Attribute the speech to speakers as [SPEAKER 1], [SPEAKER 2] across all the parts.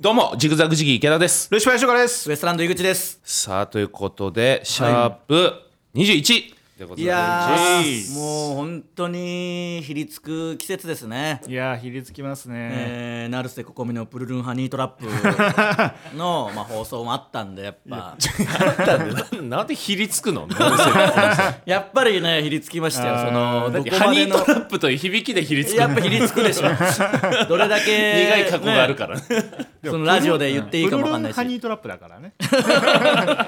[SPEAKER 1] どうもジグザグジギー池田です
[SPEAKER 2] ルシファーショカです
[SPEAKER 3] ウエストランド井口です。
[SPEAKER 1] さあということでシャープ21でございます
[SPEAKER 3] いや
[SPEAKER 2] ジ
[SPEAKER 3] ー、
[SPEAKER 2] ー
[SPEAKER 3] もう本当にひりつく季節ですね。
[SPEAKER 2] いやーひりつきますね、
[SPEAKER 3] えー、成瀬ここみのプルルンハニート ラップの、まあ、放送もあったんでやっぱ
[SPEAKER 1] ななんでひりつ くの
[SPEAKER 3] やっぱりねひりつきましたよそのどこ
[SPEAKER 1] ハ
[SPEAKER 3] ま
[SPEAKER 1] ニ
[SPEAKER 3] で
[SPEAKER 1] ー
[SPEAKER 3] の
[SPEAKER 1] トラップという響きでひりつく
[SPEAKER 3] やっ
[SPEAKER 1] の
[SPEAKER 3] ぱひりつくでしょ どれだ
[SPEAKER 1] 苦
[SPEAKER 3] け
[SPEAKER 1] い過去がある
[SPEAKER 3] ね
[SPEAKER 1] からね
[SPEAKER 3] そのラジオで言っていい
[SPEAKER 2] ブ
[SPEAKER 3] か
[SPEAKER 2] ル
[SPEAKER 3] もわ
[SPEAKER 2] ル
[SPEAKER 3] かんな
[SPEAKER 2] ン
[SPEAKER 3] いし
[SPEAKER 2] ハニートラップだからね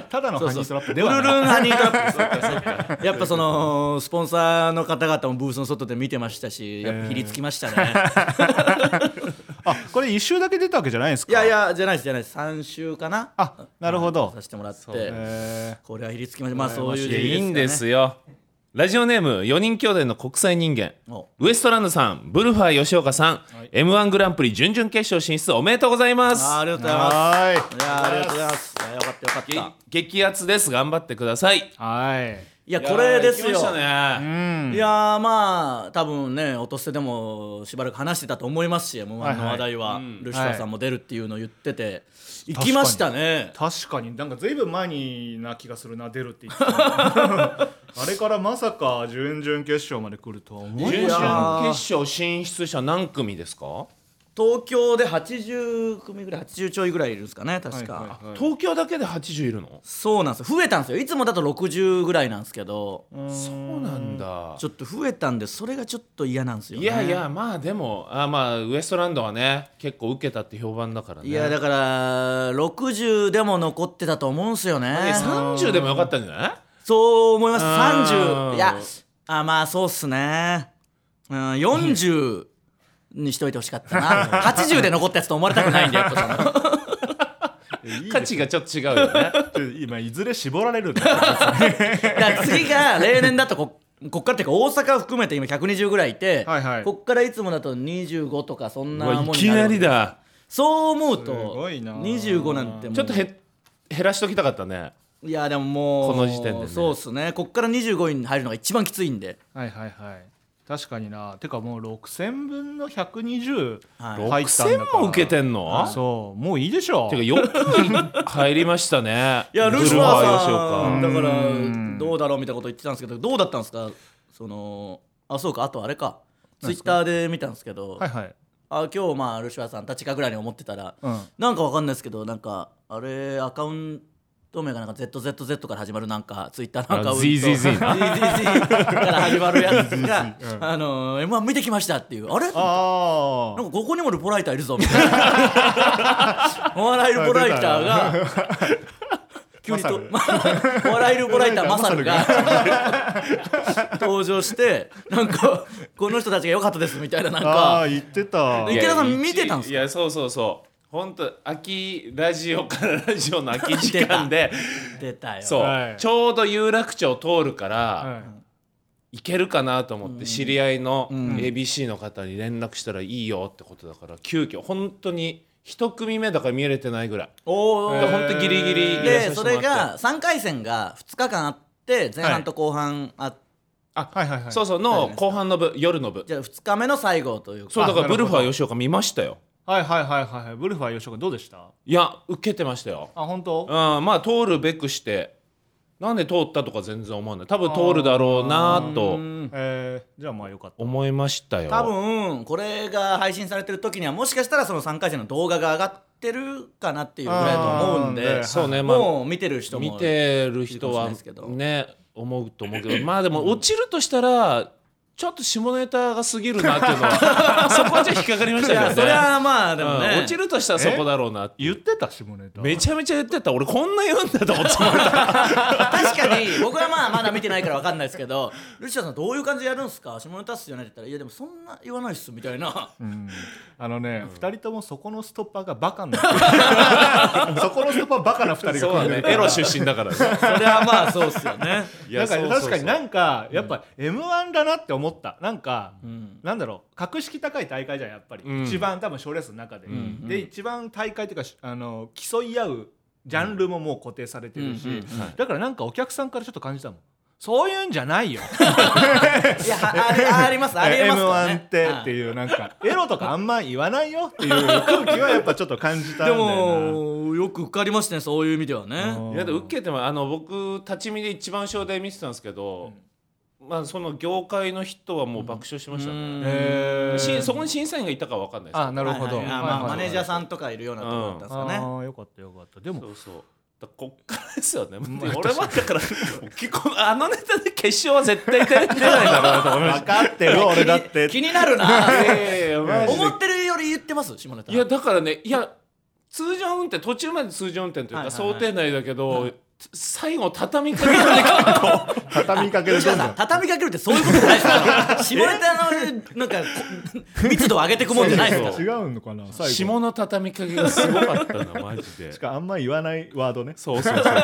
[SPEAKER 2] ただのハニートラップで
[SPEAKER 3] ブル
[SPEAKER 2] はない
[SPEAKER 3] ルンハニートラップですやっぱそのスポンサーの方々もブースの外で見てましたしやっぱひりつきましたね、
[SPEAKER 2] あこれ一周だけ出たわけじゃないんですか
[SPEAKER 3] いやいやじゃないですじゃないです3週かな
[SPEAKER 2] あなるほど
[SPEAKER 3] させてもらって、
[SPEAKER 2] え
[SPEAKER 3] これはひりつきましたまあそういう
[SPEAKER 1] いや
[SPEAKER 3] 理由
[SPEAKER 1] いいんで
[SPEAKER 3] よ
[SPEAKER 1] すよラジオネーム4人兄弟の国際人間
[SPEAKER 3] ねお
[SPEAKER 1] ウエストランドさんブルファー吉岡さん、m 1グランプリ準々決勝進出おめでとうございます
[SPEAKER 3] あーありがとう
[SPEAKER 2] ー
[SPEAKER 3] ございます
[SPEAKER 2] はい
[SPEAKER 3] いやーありがとうございます。いやよかったよかった。
[SPEAKER 1] げ激アツです頑張ってください
[SPEAKER 2] はい
[SPEAKER 3] いやこれです
[SPEAKER 1] いやー行
[SPEAKER 3] よ
[SPEAKER 1] きま。した
[SPEAKER 2] う
[SPEAKER 1] ね
[SPEAKER 2] ん
[SPEAKER 3] いやーまあ多分ね落としてでもしばらく話してたと思いますし、もうあの話題はルシファーさんも出るっていうのを言ってて行きましたね。
[SPEAKER 2] 確かになんかずいぶん前にな気がするな出るって言 ってたあれからまさか準々決勝まで来るとは思い
[SPEAKER 1] 準
[SPEAKER 3] いや
[SPEAKER 1] 々決勝進出者何組ですか
[SPEAKER 3] 東京で80組ぐらい80ちょいぐらいいるんですかね確か。
[SPEAKER 2] はいはいはい
[SPEAKER 1] 東京だけで80いるの
[SPEAKER 3] そうなんですよ増えたんですよいつもだと60ぐらいなんですけど
[SPEAKER 1] そうなんだ
[SPEAKER 3] ちょっと増えたんでそれがちょっと嫌なんですよ、ね、
[SPEAKER 1] いやいやまあでもあまあウエストランドはね結構受けたって評判だからね
[SPEAKER 3] いやだから60でも残ってたと思うんすよね
[SPEAKER 1] え30でもよかったんじゃない
[SPEAKER 3] そう思います
[SPEAKER 1] あー
[SPEAKER 3] 30いやあまあそうっすね、うん、40にしといてほしかった な80で残ったやつと思われたくないんでやっぱその
[SPEAKER 1] 価値がちょっと違うよね
[SPEAKER 2] 今いずれ絞られるんだ
[SPEAKER 3] だから次が例年だとここっからっていうか大阪含めて今120ぐらいいて、
[SPEAKER 2] はいはい
[SPEAKER 3] こっからいつもだと25とかそん
[SPEAKER 1] う
[SPEAKER 3] な
[SPEAKER 1] わ
[SPEAKER 3] もんに
[SPEAKER 1] い
[SPEAKER 3] なる
[SPEAKER 1] きなりだ
[SPEAKER 3] そう思うと
[SPEAKER 2] すごいな
[SPEAKER 3] 25なんてもう
[SPEAKER 1] ちょっとへ減らしときたかったね
[SPEAKER 3] いやでももう
[SPEAKER 1] この時点でね
[SPEAKER 3] そうっすねこっから25位に入るのが一番きついんで
[SPEAKER 2] はいはいはい確かになてかもう6000分の120
[SPEAKER 3] はい
[SPEAKER 2] 入ったんだか
[SPEAKER 1] 6000
[SPEAKER 2] ら
[SPEAKER 1] も受けてんの
[SPEAKER 2] そうもういいでしょ
[SPEAKER 1] てかよく入りましたね
[SPEAKER 3] いやルシファーさんだ
[SPEAKER 2] ブル
[SPEAKER 3] か
[SPEAKER 2] ーハワイ
[SPEAKER 3] ら
[SPEAKER 2] 吉岡
[SPEAKER 3] どうだろうみたいなこと言ってたんですけどどうだったんですかそのあそうかあとあれかツイッターで見たんですけど、
[SPEAKER 2] はいはい
[SPEAKER 3] あ今日まあルシファーさんたちかぐらいに思ってたら、
[SPEAKER 2] うん
[SPEAKER 3] なんかわかんないですけどなんかあれアカウント名がなんか ZZZ から始まるなんかツイッターのアカウント
[SPEAKER 1] あ ZZZ な
[SPEAKER 3] ZZZ から始まるやつが「あの m 1見てきました」っていうあれ
[SPEAKER 2] あ
[SPEAKER 3] なんかここにもルポライターいるぞみたいなお笑いルポライターが急にと お笑いルポライターマサルが登場してなんかこの人たちが良かったですみたいななん
[SPEAKER 2] あ
[SPEAKER 3] か
[SPEAKER 2] あ言ってた
[SPEAKER 3] 池田さん
[SPEAKER 1] いや
[SPEAKER 3] 見てたんすか
[SPEAKER 1] いやそうそうそう本当秋ラジオからラジオの空き時間で
[SPEAKER 3] 出たよ
[SPEAKER 1] そう、
[SPEAKER 2] はい
[SPEAKER 1] ちょうど有楽町通るから、
[SPEAKER 2] はい
[SPEAKER 1] 行けるかなと思って知り合いの ABC の方に連絡したらいいよってことだから急遽本当に一組目だから見れてないぐらい
[SPEAKER 3] お
[SPEAKER 1] だ
[SPEAKER 3] お
[SPEAKER 1] から本当ギリギリ入れ
[SPEAKER 3] で
[SPEAKER 1] させ
[SPEAKER 3] そ
[SPEAKER 1] て
[SPEAKER 3] れ
[SPEAKER 1] もらって
[SPEAKER 3] が3回戦が2日間あって前半と後半あって、
[SPEAKER 2] あはいはいはい
[SPEAKER 1] そうそうの後半の部夜の部
[SPEAKER 3] じゃあ2日目の最後というか
[SPEAKER 1] そうだから
[SPEAKER 2] あ
[SPEAKER 1] ブルファ
[SPEAKER 2] なるほ
[SPEAKER 1] ー吉岡見ましたよ
[SPEAKER 2] はいはいはいはいはいブルファー吉岡どうでした
[SPEAKER 1] いや受けてましたよ
[SPEAKER 2] あ
[SPEAKER 1] う
[SPEAKER 2] 本
[SPEAKER 1] ん
[SPEAKER 2] 当
[SPEAKER 1] まあ通るべくしてなんで通ったとか全然思わない多分通るだろうなと
[SPEAKER 2] えー、じゃあまあよかった
[SPEAKER 1] 思いましたよ
[SPEAKER 3] 多分これが配信されてる時にはもしかしたらその3回戦の動画が上がってるかなっていうぐらいだと思うん
[SPEAKER 2] あー
[SPEAKER 3] で
[SPEAKER 2] ね
[SPEAKER 1] そうねまあ
[SPEAKER 3] もう見てる人も
[SPEAKER 1] 見てる人はね思うと思うけどまあでも落ちるとしたらちょっと下ネタが過ぎるなっていうのは そこはじゃあ引っかかりまし
[SPEAKER 3] い
[SPEAKER 1] た
[SPEAKER 3] や
[SPEAKER 1] け
[SPEAKER 3] そ
[SPEAKER 1] ど
[SPEAKER 3] れ
[SPEAKER 1] ね
[SPEAKER 3] はまあでも
[SPEAKER 1] うん
[SPEAKER 3] ね、
[SPEAKER 1] 落ちるとしたらそこだろうなって
[SPEAKER 2] 言ってた下ネタ
[SPEAKER 1] めちゃめちゃ言ってた俺こんな言うんだと思ってた
[SPEAKER 3] 確かに僕はまあまだ見てないから分かんないですけ どルシアさんどういう感じでやるんすか下ネタっすよねって言ったらいやでもそんな言わないっすみたいな
[SPEAKER 2] うんあのね、二人ともそこのストッパーがバカなそこのストッパーバカな二人
[SPEAKER 1] そう
[SPEAKER 2] が
[SPEAKER 1] だ
[SPEAKER 2] 組ん
[SPEAKER 1] ね
[SPEAKER 2] で
[SPEAKER 1] エ
[SPEAKER 2] るか
[SPEAKER 1] ロ
[SPEAKER 2] ら
[SPEAKER 1] 出身だからね
[SPEAKER 3] それはまあそうっすよ ね
[SPEAKER 1] いや
[SPEAKER 2] なんか
[SPEAKER 1] そうそうそう
[SPEAKER 2] 確かになんかやっぱ m 1だなって思ったなんか、なんだろう格式高い大会じゃんやっぱり、
[SPEAKER 1] うん
[SPEAKER 2] 一番多分賞レースの中で、
[SPEAKER 1] ん
[SPEAKER 2] で一番大会っていうかあの競い合うジャンルももう固定されてるし、
[SPEAKER 3] うんうん
[SPEAKER 2] だからなんかお客さんからちょっと感じたもん
[SPEAKER 4] そういうんじゃないよ
[SPEAKER 3] いやあありありますありえますからね
[SPEAKER 2] M1 ってっていうなんかエロとかあんま言わないよっていう空気はやっぱちょっと感じたんだ
[SPEAKER 3] で
[SPEAKER 2] よな
[SPEAKER 3] もよく受かりましたねそういう意味ではね
[SPEAKER 1] いやで受けてもあの僕立ち見で一番賞で見てたんですけど、まあその業界の人はもう爆笑しましたね、
[SPEAKER 2] え
[SPEAKER 1] しそこに審査員がいたかは分かんないです
[SPEAKER 4] あなるほど、
[SPEAKER 3] はいはいあまあマネージャーさんとかいるようなところだったんですかね、
[SPEAKER 2] ああよかったよかったで
[SPEAKER 1] け
[SPEAKER 2] も
[SPEAKER 1] どそうそうだからこっからですよね、俺はだから結構あのネタで決勝は絶対出ないだろうと思いまし
[SPEAKER 2] 分かってる俺だって
[SPEAKER 3] 気になるな
[SPEAKER 1] たいやいやいやマジで
[SPEAKER 3] 思ってるより言ってます下ネタ
[SPEAKER 1] いやだからねいや通常運転途中まで通常運転というか、
[SPEAKER 3] はいはいはい
[SPEAKER 1] 想定内だけど、最後畳みかけられ て
[SPEAKER 2] 畳みかける
[SPEAKER 3] 吉
[SPEAKER 2] ど
[SPEAKER 3] 川さ
[SPEAKER 2] んどん
[SPEAKER 3] ん畳みかけるってそういうことじゃないですから下ネタのなんかこ密度を上げてくもんじゃないですから
[SPEAKER 1] そう
[SPEAKER 2] 違うのかな最後
[SPEAKER 1] 下の畳みかけがすごかったなマジで
[SPEAKER 2] しかあんま言わないワードね
[SPEAKER 1] そうそうそうそう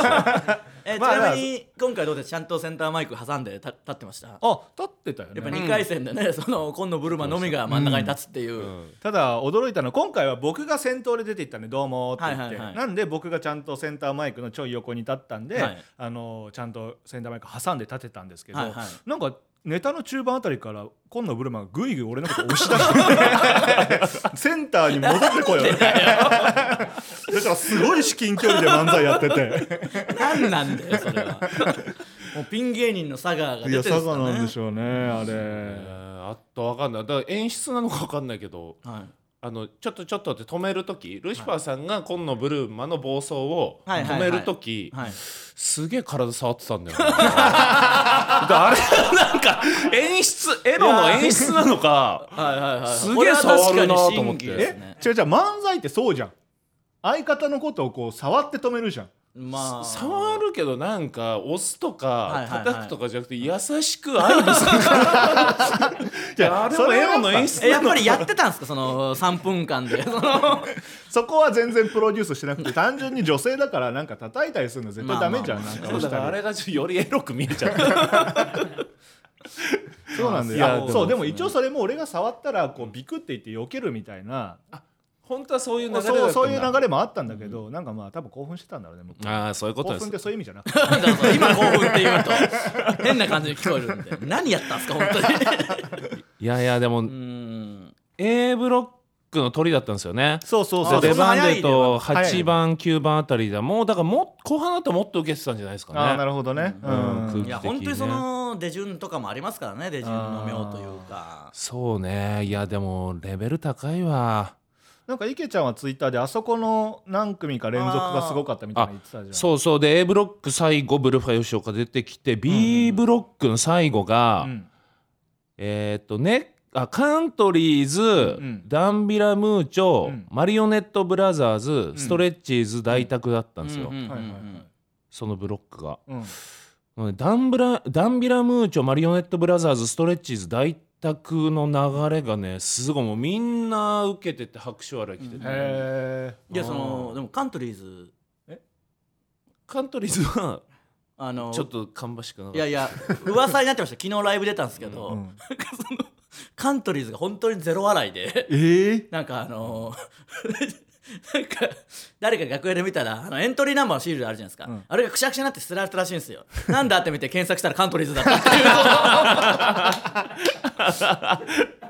[SPEAKER 3] えー
[SPEAKER 2] まあ
[SPEAKER 3] ちなみに今回どうですちゃんとセンターマイク挟んでた立ってましたやっ
[SPEAKER 2] あ立ってたよ
[SPEAKER 3] ぱ
[SPEAKER 2] ね
[SPEAKER 3] 2回戦で ね、その今野ブルマのみが真ん中に立つっていう、
[SPEAKER 2] ただ驚いたのは今回は僕が先頭で出ていったんで「どうも」って言って、
[SPEAKER 3] はいはいはい
[SPEAKER 2] なんで僕がちゃんとセンターマイクのちょい横に立ったんで、
[SPEAKER 3] はい
[SPEAKER 2] あのちゃんとセンターマイク挟んで立てたんですけど、
[SPEAKER 3] はいはい
[SPEAKER 2] なんかネタの中盤あたりから今野ブルマがぐいぐい俺のこと押し出して センターに戻ってこいよだからすごい至近距離で漫才やってて
[SPEAKER 3] 何なんだよそれ はもうピン芸人の佐賀が
[SPEAKER 2] い
[SPEAKER 3] 出
[SPEAKER 2] や
[SPEAKER 3] てる
[SPEAKER 2] 佐
[SPEAKER 3] んです
[SPEAKER 2] 賀
[SPEAKER 3] かね
[SPEAKER 2] なんでしょうねあ
[SPEAKER 1] え
[SPEAKER 2] れ。
[SPEAKER 1] ーあと分かんないだから演出なのか分かんないけど
[SPEAKER 3] はい
[SPEAKER 1] あのちょっとちょっとって止める時ルシファーさんが今野ブルーマの暴走を
[SPEAKER 3] はいはい
[SPEAKER 1] 止
[SPEAKER 3] はい
[SPEAKER 1] める時、
[SPEAKER 3] はい、
[SPEAKER 1] すげえ体触ってたんだよ、ね、だからあれなんか演出エロの演出なのか
[SPEAKER 3] はいはいはい
[SPEAKER 1] すげえ触るなと思って
[SPEAKER 3] これは確かに真偽ですね
[SPEAKER 2] え違う違う漫才ってそうじゃん相方のことをこう触って止めるじゃん
[SPEAKER 3] まあ
[SPEAKER 1] 触るけどなんか押すと
[SPEAKER 3] はい
[SPEAKER 1] か
[SPEAKER 3] はいはい
[SPEAKER 1] 叩くとかじゃなくて優しく愛撫する
[SPEAKER 2] い
[SPEAKER 1] あれもエロの演出
[SPEAKER 3] えやっぱりやってたんですかそ の3分間でそ の
[SPEAKER 2] そこは全然プロデュースしてなくて単純に女性だからなんか叩いたりするの絶対ダメじゃん
[SPEAKER 3] まあ
[SPEAKER 2] なんか
[SPEAKER 1] そう
[SPEAKER 2] 押
[SPEAKER 1] だ
[SPEAKER 2] し
[SPEAKER 1] からあ
[SPEAKER 2] たり
[SPEAKER 1] れがちょっとよりエロく見えちゃった
[SPEAKER 2] そうなんだ
[SPEAKER 1] いや
[SPEAKER 2] よあそうでも一応それも俺が触ったらこうビクって言って避けるみたいな
[SPEAKER 1] 本当はそういう流れだったんだ
[SPEAKER 2] そうそういう流れもあったんだけどなんかまあ多分興奮してたんだろうねもう
[SPEAKER 1] ああそういうこと
[SPEAKER 2] 興
[SPEAKER 1] で
[SPEAKER 2] 奮っ
[SPEAKER 1] す
[SPEAKER 2] てそういう意味じゃなくて
[SPEAKER 3] なんだろうその今興奮って言うと変な感じに聞こえるんで何やったんですか本当に
[SPEAKER 1] いやいやでも
[SPEAKER 3] うーん
[SPEAKER 1] A ブロックの鳥だったんですよね
[SPEAKER 2] そうそう
[SPEAKER 3] あ
[SPEAKER 2] そう
[SPEAKER 1] 出
[SPEAKER 3] そんな
[SPEAKER 1] 番
[SPEAKER 3] 早い
[SPEAKER 1] で
[SPEAKER 3] ね
[SPEAKER 1] と
[SPEAKER 2] 早いね
[SPEAKER 1] 8番9番あたりだもうだからもう後半だったらもっと受けてたんじゃないですかね
[SPEAKER 2] ああなるほどねう
[SPEAKER 1] うん
[SPEAKER 2] ん
[SPEAKER 3] いや
[SPEAKER 1] 的にね
[SPEAKER 3] 本当にその出順とかもありますからね出順の妙というか
[SPEAKER 1] そうねいやでもレベル高いわ
[SPEAKER 2] なんか池ちゃんはツイッターであそこの何組か連続がすごかったみたいな言ってたじゃん
[SPEAKER 1] そうそうで A ブロック最後ブルファ吉岡出てきて B ブロックの最後が、
[SPEAKER 2] ん
[SPEAKER 1] えーっとねあカントリーズ、
[SPEAKER 2] ん
[SPEAKER 1] ダンビラムーチョ、
[SPEAKER 2] うん
[SPEAKER 1] マリオネットブラザーズ、ストレッチーズ大宅だったんですよ、
[SPEAKER 3] うんうんうん
[SPEAKER 2] はいはいは
[SPEAKER 1] そのブロックが。
[SPEAKER 2] うん
[SPEAKER 1] うんダンブラダンビラムーチョマリオネットブラザーズストレッチーズ大宅の流れがねすごいもうみんな受けてて拍手笑い来てて、
[SPEAKER 2] へえ
[SPEAKER 3] いやそのでもカントリーズ
[SPEAKER 1] カントリーズは
[SPEAKER 3] あの
[SPEAKER 1] ちょっと芳しくなかっ
[SPEAKER 3] い
[SPEAKER 1] た
[SPEAKER 3] やいや噂になってました昨日ライブ出たんですけど、な
[SPEAKER 2] ん
[SPEAKER 3] んかそのカントリーズが本当にゼロ笑いでなんかあの ーなんか誰か楽屋で見たらあのエントリーナンバーのシールあるじゃないですか、
[SPEAKER 2] ん
[SPEAKER 3] あれがくしゃくしゃになって捨てられたらしいんですよなんだって見て検索したらカントリーズだったっていう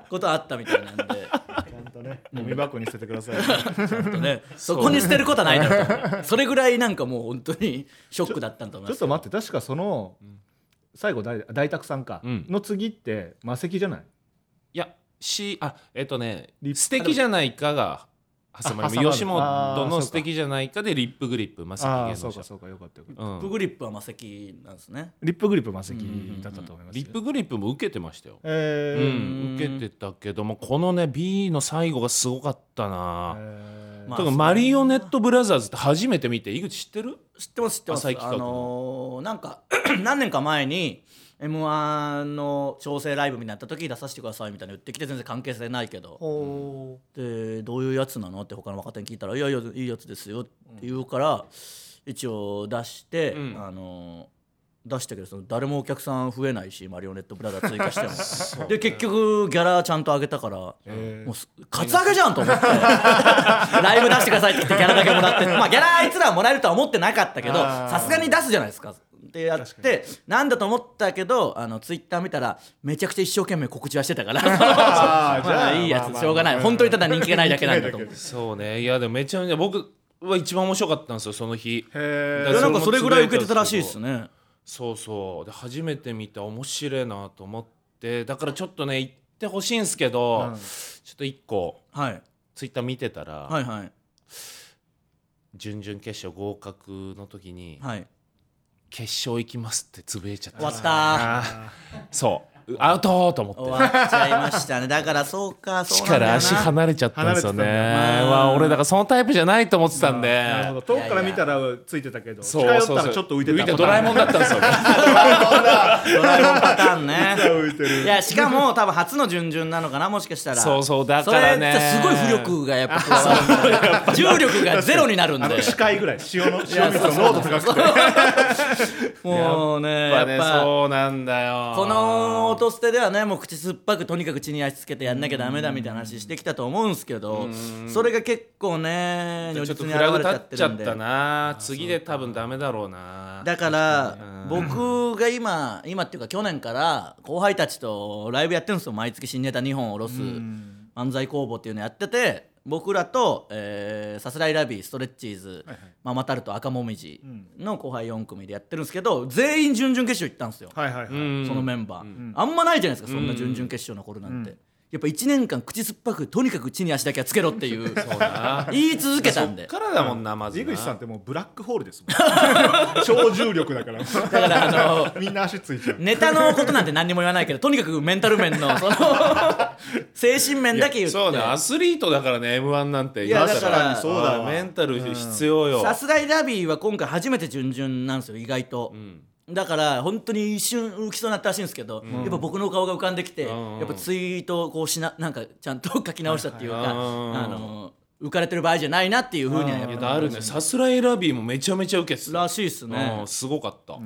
[SPEAKER 3] ことあったみたいなんで
[SPEAKER 2] ちゃんとねゴミ箱に捨ててくだ さい
[SPEAKER 3] ちゃんとねそこに捨てることはないだろうとそれぐらいなんかもう本当にショックだったんだと思い
[SPEAKER 2] ちょ
[SPEAKER 3] ま
[SPEAKER 2] っ
[SPEAKER 3] す
[SPEAKER 2] と待って確かその最後大大沢さんか、
[SPEAKER 1] うん
[SPEAKER 2] の次って魔石じゃない
[SPEAKER 1] いやしあえっとね「
[SPEAKER 2] リップ
[SPEAKER 1] 素敵じゃないか」が挟ま
[SPEAKER 2] あ挟ま
[SPEAKER 1] り
[SPEAKER 2] る
[SPEAKER 1] 吉本
[SPEAKER 2] あーそう
[SPEAKER 1] の「
[SPEAKER 2] か
[SPEAKER 1] 素敵じゃないか」でリップグリップまさき
[SPEAKER 2] ああ
[SPEAKER 1] 芸
[SPEAKER 2] そ
[SPEAKER 1] 能
[SPEAKER 2] うか
[SPEAKER 1] 者
[SPEAKER 2] そうかよかったよかった
[SPEAKER 1] うん
[SPEAKER 3] リップグリップはマセキなんですね
[SPEAKER 2] リップグリップ魔石だったと思います、
[SPEAKER 1] リップグリップも受けてましたよ、う
[SPEAKER 2] えー
[SPEAKER 1] ん、受けてたけどもこのね B の最後がすごかったな、
[SPEAKER 2] えー
[SPEAKER 3] まあ
[SPEAKER 1] とかマリオネットブラザーズって初めて見て井口知ってる
[SPEAKER 3] 知ってます知ってます
[SPEAKER 1] 浅井
[SPEAKER 3] あ
[SPEAKER 1] 企画
[SPEAKER 3] のーなんか 何年か前に m 1の調整ライブみたいになった時出させてくださいみたいな言ってきて全然関係性ないけど
[SPEAKER 2] ほ
[SPEAKER 3] でどういうやつなのって他の若手に聞いたら「いやいやいいやつですよ」って言うから一応出して、
[SPEAKER 1] うん
[SPEAKER 3] あの出したけどその誰もお客さん増えないしマリオネットブラザー追加しても、で結局ギャラちゃんと上げたから、もうすカツアゲじゃんと思って ライブ出してくださいって言ってギャラだけもらってまあギャラあいつらはもらえるとは思ってなかったけど
[SPEAKER 2] あー
[SPEAKER 3] さすがに出すじゃないですかっってやってなんだと思ったけどあのツイッター見たらめちゃくちゃ一生懸命告知はしてたから
[SPEAKER 2] あーじゃあ
[SPEAKER 3] まあいいや
[SPEAKER 2] まあま
[SPEAKER 3] つ
[SPEAKER 2] あ
[SPEAKER 3] しょうがない本当にただ人気がないだけなん だと思う
[SPEAKER 1] そうねいやでもめちゃめちゃ僕は一番面白かったんですよその日
[SPEAKER 2] へ
[SPEAKER 1] だか
[SPEAKER 3] いや
[SPEAKER 1] ら
[SPEAKER 3] なんかそれぐらい受けてたらしいですね
[SPEAKER 1] そうそうで初めて見た面白いなと思ってだからちょっとね行ってほしいんですけど、
[SPEAKER 2] うん
[SPEAKER 1] ちょっと一個
[SPEAKER 3] はい
[SPEAKER 1] ツイッター見てたら、
[SPEAKER 3] はいはい
[SPEAKER 1] 準々決勝合格の時に、
[SPEAKER 3] はい
[SPEAKER 1] 決勝行きますってつぶえちゃったん
[SPEAKER 3] 終わ
[SPEAKER 1] で
[SPEAKER 3] っ
[SPEAKER 1] すよ
[SPEAKER 3] た
[SPEAKER 1] そううアウトーと思って
[SPEAKER 3] 終わっちゃいましたねだからそうか
[SPEAKER 1] 地
[SPEAKER 3] そうな
[SPEAKER 1] か
[SPEAKER 3] んだ
[SPEAKER 1] ら
[SPEAKER 3] よな
[SPEAKER 1] 足離れちゃったんですよね
[SPEAKER 2] 離れて
[SPEAKER 3] たんだよな
[SPEAKER 1] まあ俺だからそのタイプじゃないと思ってたんで、
[SPEAKER 2] なるほど遠くから見たらついてたけど
[SPEAKER 1] そう
[SPEAKER 2] 近寄っ
[SPEAKER 1] そう
[SPEAKER 2] た
[SPEAKER 1] そ
[SPEAKER 2] ら
[SPEAKER 1] う
[SPEAKER 2] ちょっと浮いてた
[SPEAKER 1] ドラえもんだったん ですよ
[SPEAKER 3] ドラえもんパターンね
[SPEAKER 2] 浮いてる
[SPEAKER 3] いやしかも多分初の準々なのかなもしかしたら
[SPEAKER 1] そうそうだからね
[SPEAKER 3] それってすごい浮力がやっぱ加わるんで重力がゼロになるんで
[SPEAKER 2] あの視界ぐらい塩の
[SPEAKER 3] いや
[SPEAKER 2] 塩水の濃度高くて
[SPEAKER 3] もうね
[SPEAKER 1] やっ
[SPEAKER 3] やっ
[SPEAKER 1] ぱ
[SPEAKER 3] ぱ
[SPEAKER 1] そうなんだよ
[SPEAKER 3] この音捨てではねもう口酸っぱくとにかく血に足つけてやんなきゃダメだみたいな話してきたと思うんすけどそれが結構ね
[SPEAKER 1] ちょ
[SPEAKER 3] 如
[SPEAKER 1] っと
[SPEAKER 3] 実
[SPEAKER 1] フ
[SPEAKER 3] に
[SPEAKER 1] ラグ
[SPEAKER 3] 現れ
[SPEAKER 1] 立
[SPEAKER 3] ちゃ
[SPEAKER 1] っ
[SPEAKER 3] って
[SPEAKER 1] ちゃ
[SPEAKER 3] るん
[SPEAKER 1] っ
[SPEAKER 3] で
[SPEAKER 1] たな次で多分ダメだろうな
[SPEAKER 3] だから僕が今今っていうか去年から後輩たちとライブやってるんですよ毎月新ネタ2本を下ろす漫才工房っていうのやってて僕らと、えーさすらいラビーストレッチーズ、ママタルト赤もみじの後輩4組でやってるんですけど全員準々決勝行ったんですよ、
[SPEAKER 2] はいはいはい、
[SPEAKER 1] うん
[SPEAKER 3] そのメンバー、あんまないじゃないですかそんな準々決勝の頃なんて、やっぱ1年間口酸っぱくとにかく地に足だけはつけろっていう
[SPEAKER 1] な
[SPEAKER 3] 言い続けたんで
[SPEAKER 1] からだもんなまずな
[SPEAKER 2] 井口さんってもうブラックホールで すもん超重力だから
[SPEAKER 3] からあの
[SPEAKER 2] みんな足ついちゃう
[SPEAKER 3] ネタのことなんて何にも言わないけどとにかくメンタル面の その精神面だけ言って
[SPEAKER 1] そうねアスリートだからね m 1なんて
[SPEAKER 3] いや
[SPEAKER 1] 今更
[SPEAKER 3] だから
[SPEAKER 1] そう
[SPEAKER 2] そうだ
[SPEAKER 1] だ
[SPEAKER 2] わ
[SPEAKER 1] メンタル必要よ
[SPEAKER 3] さすらいラビーは今回初めて準々なんですよ意外と、だから本当に一瞬浮きそうになったらしいんですけど、やっぱ僕の顔が浮かんできて、
[SPEAKER 1] うん
[SPEAKER 3] やっぱツイートをこうしななんかちゃんと書き直したっていうか、
[SPEAKER 1] はいはい
[SPEAKER 3] あの浮かれてる場合じゃないなっていうふうにはや
[SPEAKER 1] い
[SPEAKER 3] っ
[SPEAKER 1] や
[SPEAKER 3] ぱ
[SPEAKER 1] あるねさすらいラビーもめちゃめちゃ受けてた
[SPEAKER 3] らしいですね
[SPEAKER 1] うん、すごかった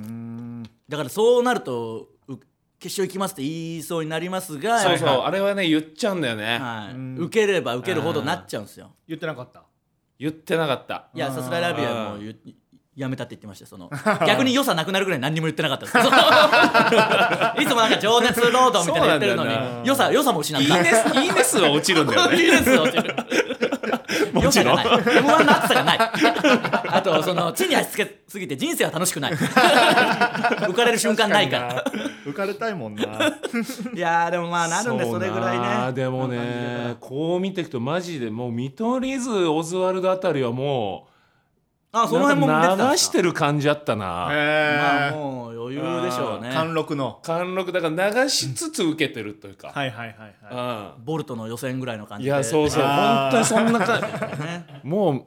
[SPEAKER 3] だからそうなるとう決勝行きますって言いそうになりますが
[SPEAKER 1] そうそう
[SPEAKER 3] やっ
[SPEAKER 1] あれはね言っちゃうんだよね
[SPEAKER 3] ぱはい受ければ受けるほどなっちゃうんですよ
[SPEAKER 2] 言ってなかった
[SPEAKER 1] 言ってなかった
[SPEAKER 3] いやさすらいラビアもう言やめたって言ってました その逆に良さなくなるぐらい何にも言ってなかったです いつもなんか情熱労働みたいな言ってるの
[SPEAKER 1] そうなんだよ
[SPEAKER 3] に良さ良さも失っ
[SPEAKER 1] いい
[SPEAKER 3] た
[SPEAKER 1] ねすいいね数は落ちるんだよね
[SPEAKER 3] いいですよっていう良さがない m 1の熱さがないあとその地に足つけすぎて人生は楽しくない 浮かれる瞬間ないから
[SPEAKER 2] 確にな浮かれたいもんな
[SPEAKER 3] いやーでもまあなるんでそれぐらいね
[SPEAKER 1] あーでも
[SPEAKER 3] こんな感じだから
[SPEAKER 1] ねこう見ていくとマジでもう見取り図オズワルドあたりはも
[SPEAKER 3] あ
[SPEAKER 1] う
[SPEAKER 3] その辺も出て
[SPEAKER 1] なん
[SPEAKER 3] た
[SPEAKER 1] ん
[SPEAKER 3] です
[SPEAKER 1] か
[SPEAKER 3] か
[SPEAKER 1] 流してる感じあったな
[SPEAKER 3] ま あ
[SPEAKER 2] へえ
[SPEAKER 3] もう余裕でしょうね
[SPEAKER 2] 貫禄の
[SPEAKER 1] 貫禄だから流しつつ受けてるというか、
[SPEAKER 2] はいはいはいは
[SPEAKER 3] ボルトの予選ぐらいの
[SPEAKER 1] う
[SPEAKER 3] 感
[SPEAKER 1] ん、
[SPEAKER 3] じ
[SPEAKER 1] い
[SPEAKER 3] で
[SPEAKER 1] や そうそう本
[SPEAKER 2] あ
[SPEAKER 1] 当
[SPEAKER 2] ー
[SPEAKER 1] にそんな感じ
[SPEAKER 3] ね
[SPEAKER 1] もう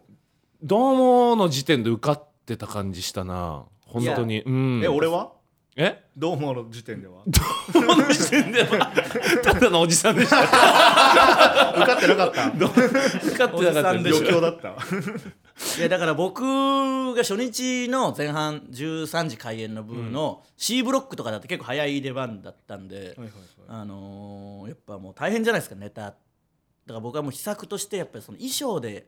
[SPEAKER 1] どうもの時点で受かってた感じしたな本当にうん
[SPEAKER 2] いえ俺は
[SPEAKER 1] え
[SPEAKER 2] どうもの時点では
[SPEAKER 1] この時点ではただのおじさんでした
[SPEAKER 2] 受かってなか った
[SPEAKER 1] 受かってなかった
[SPEAKER 3] おじさんでし
[SPEAKER 2] 余興だったわ
[SPEAKER 3] いやだから僕が初日の前半13時開演の部の C ブロックとかだって結構早い出番だったんで、あのーやっぱもう大変じゃないですかネタだから僕はもう秘策としてやっぱりその衣装で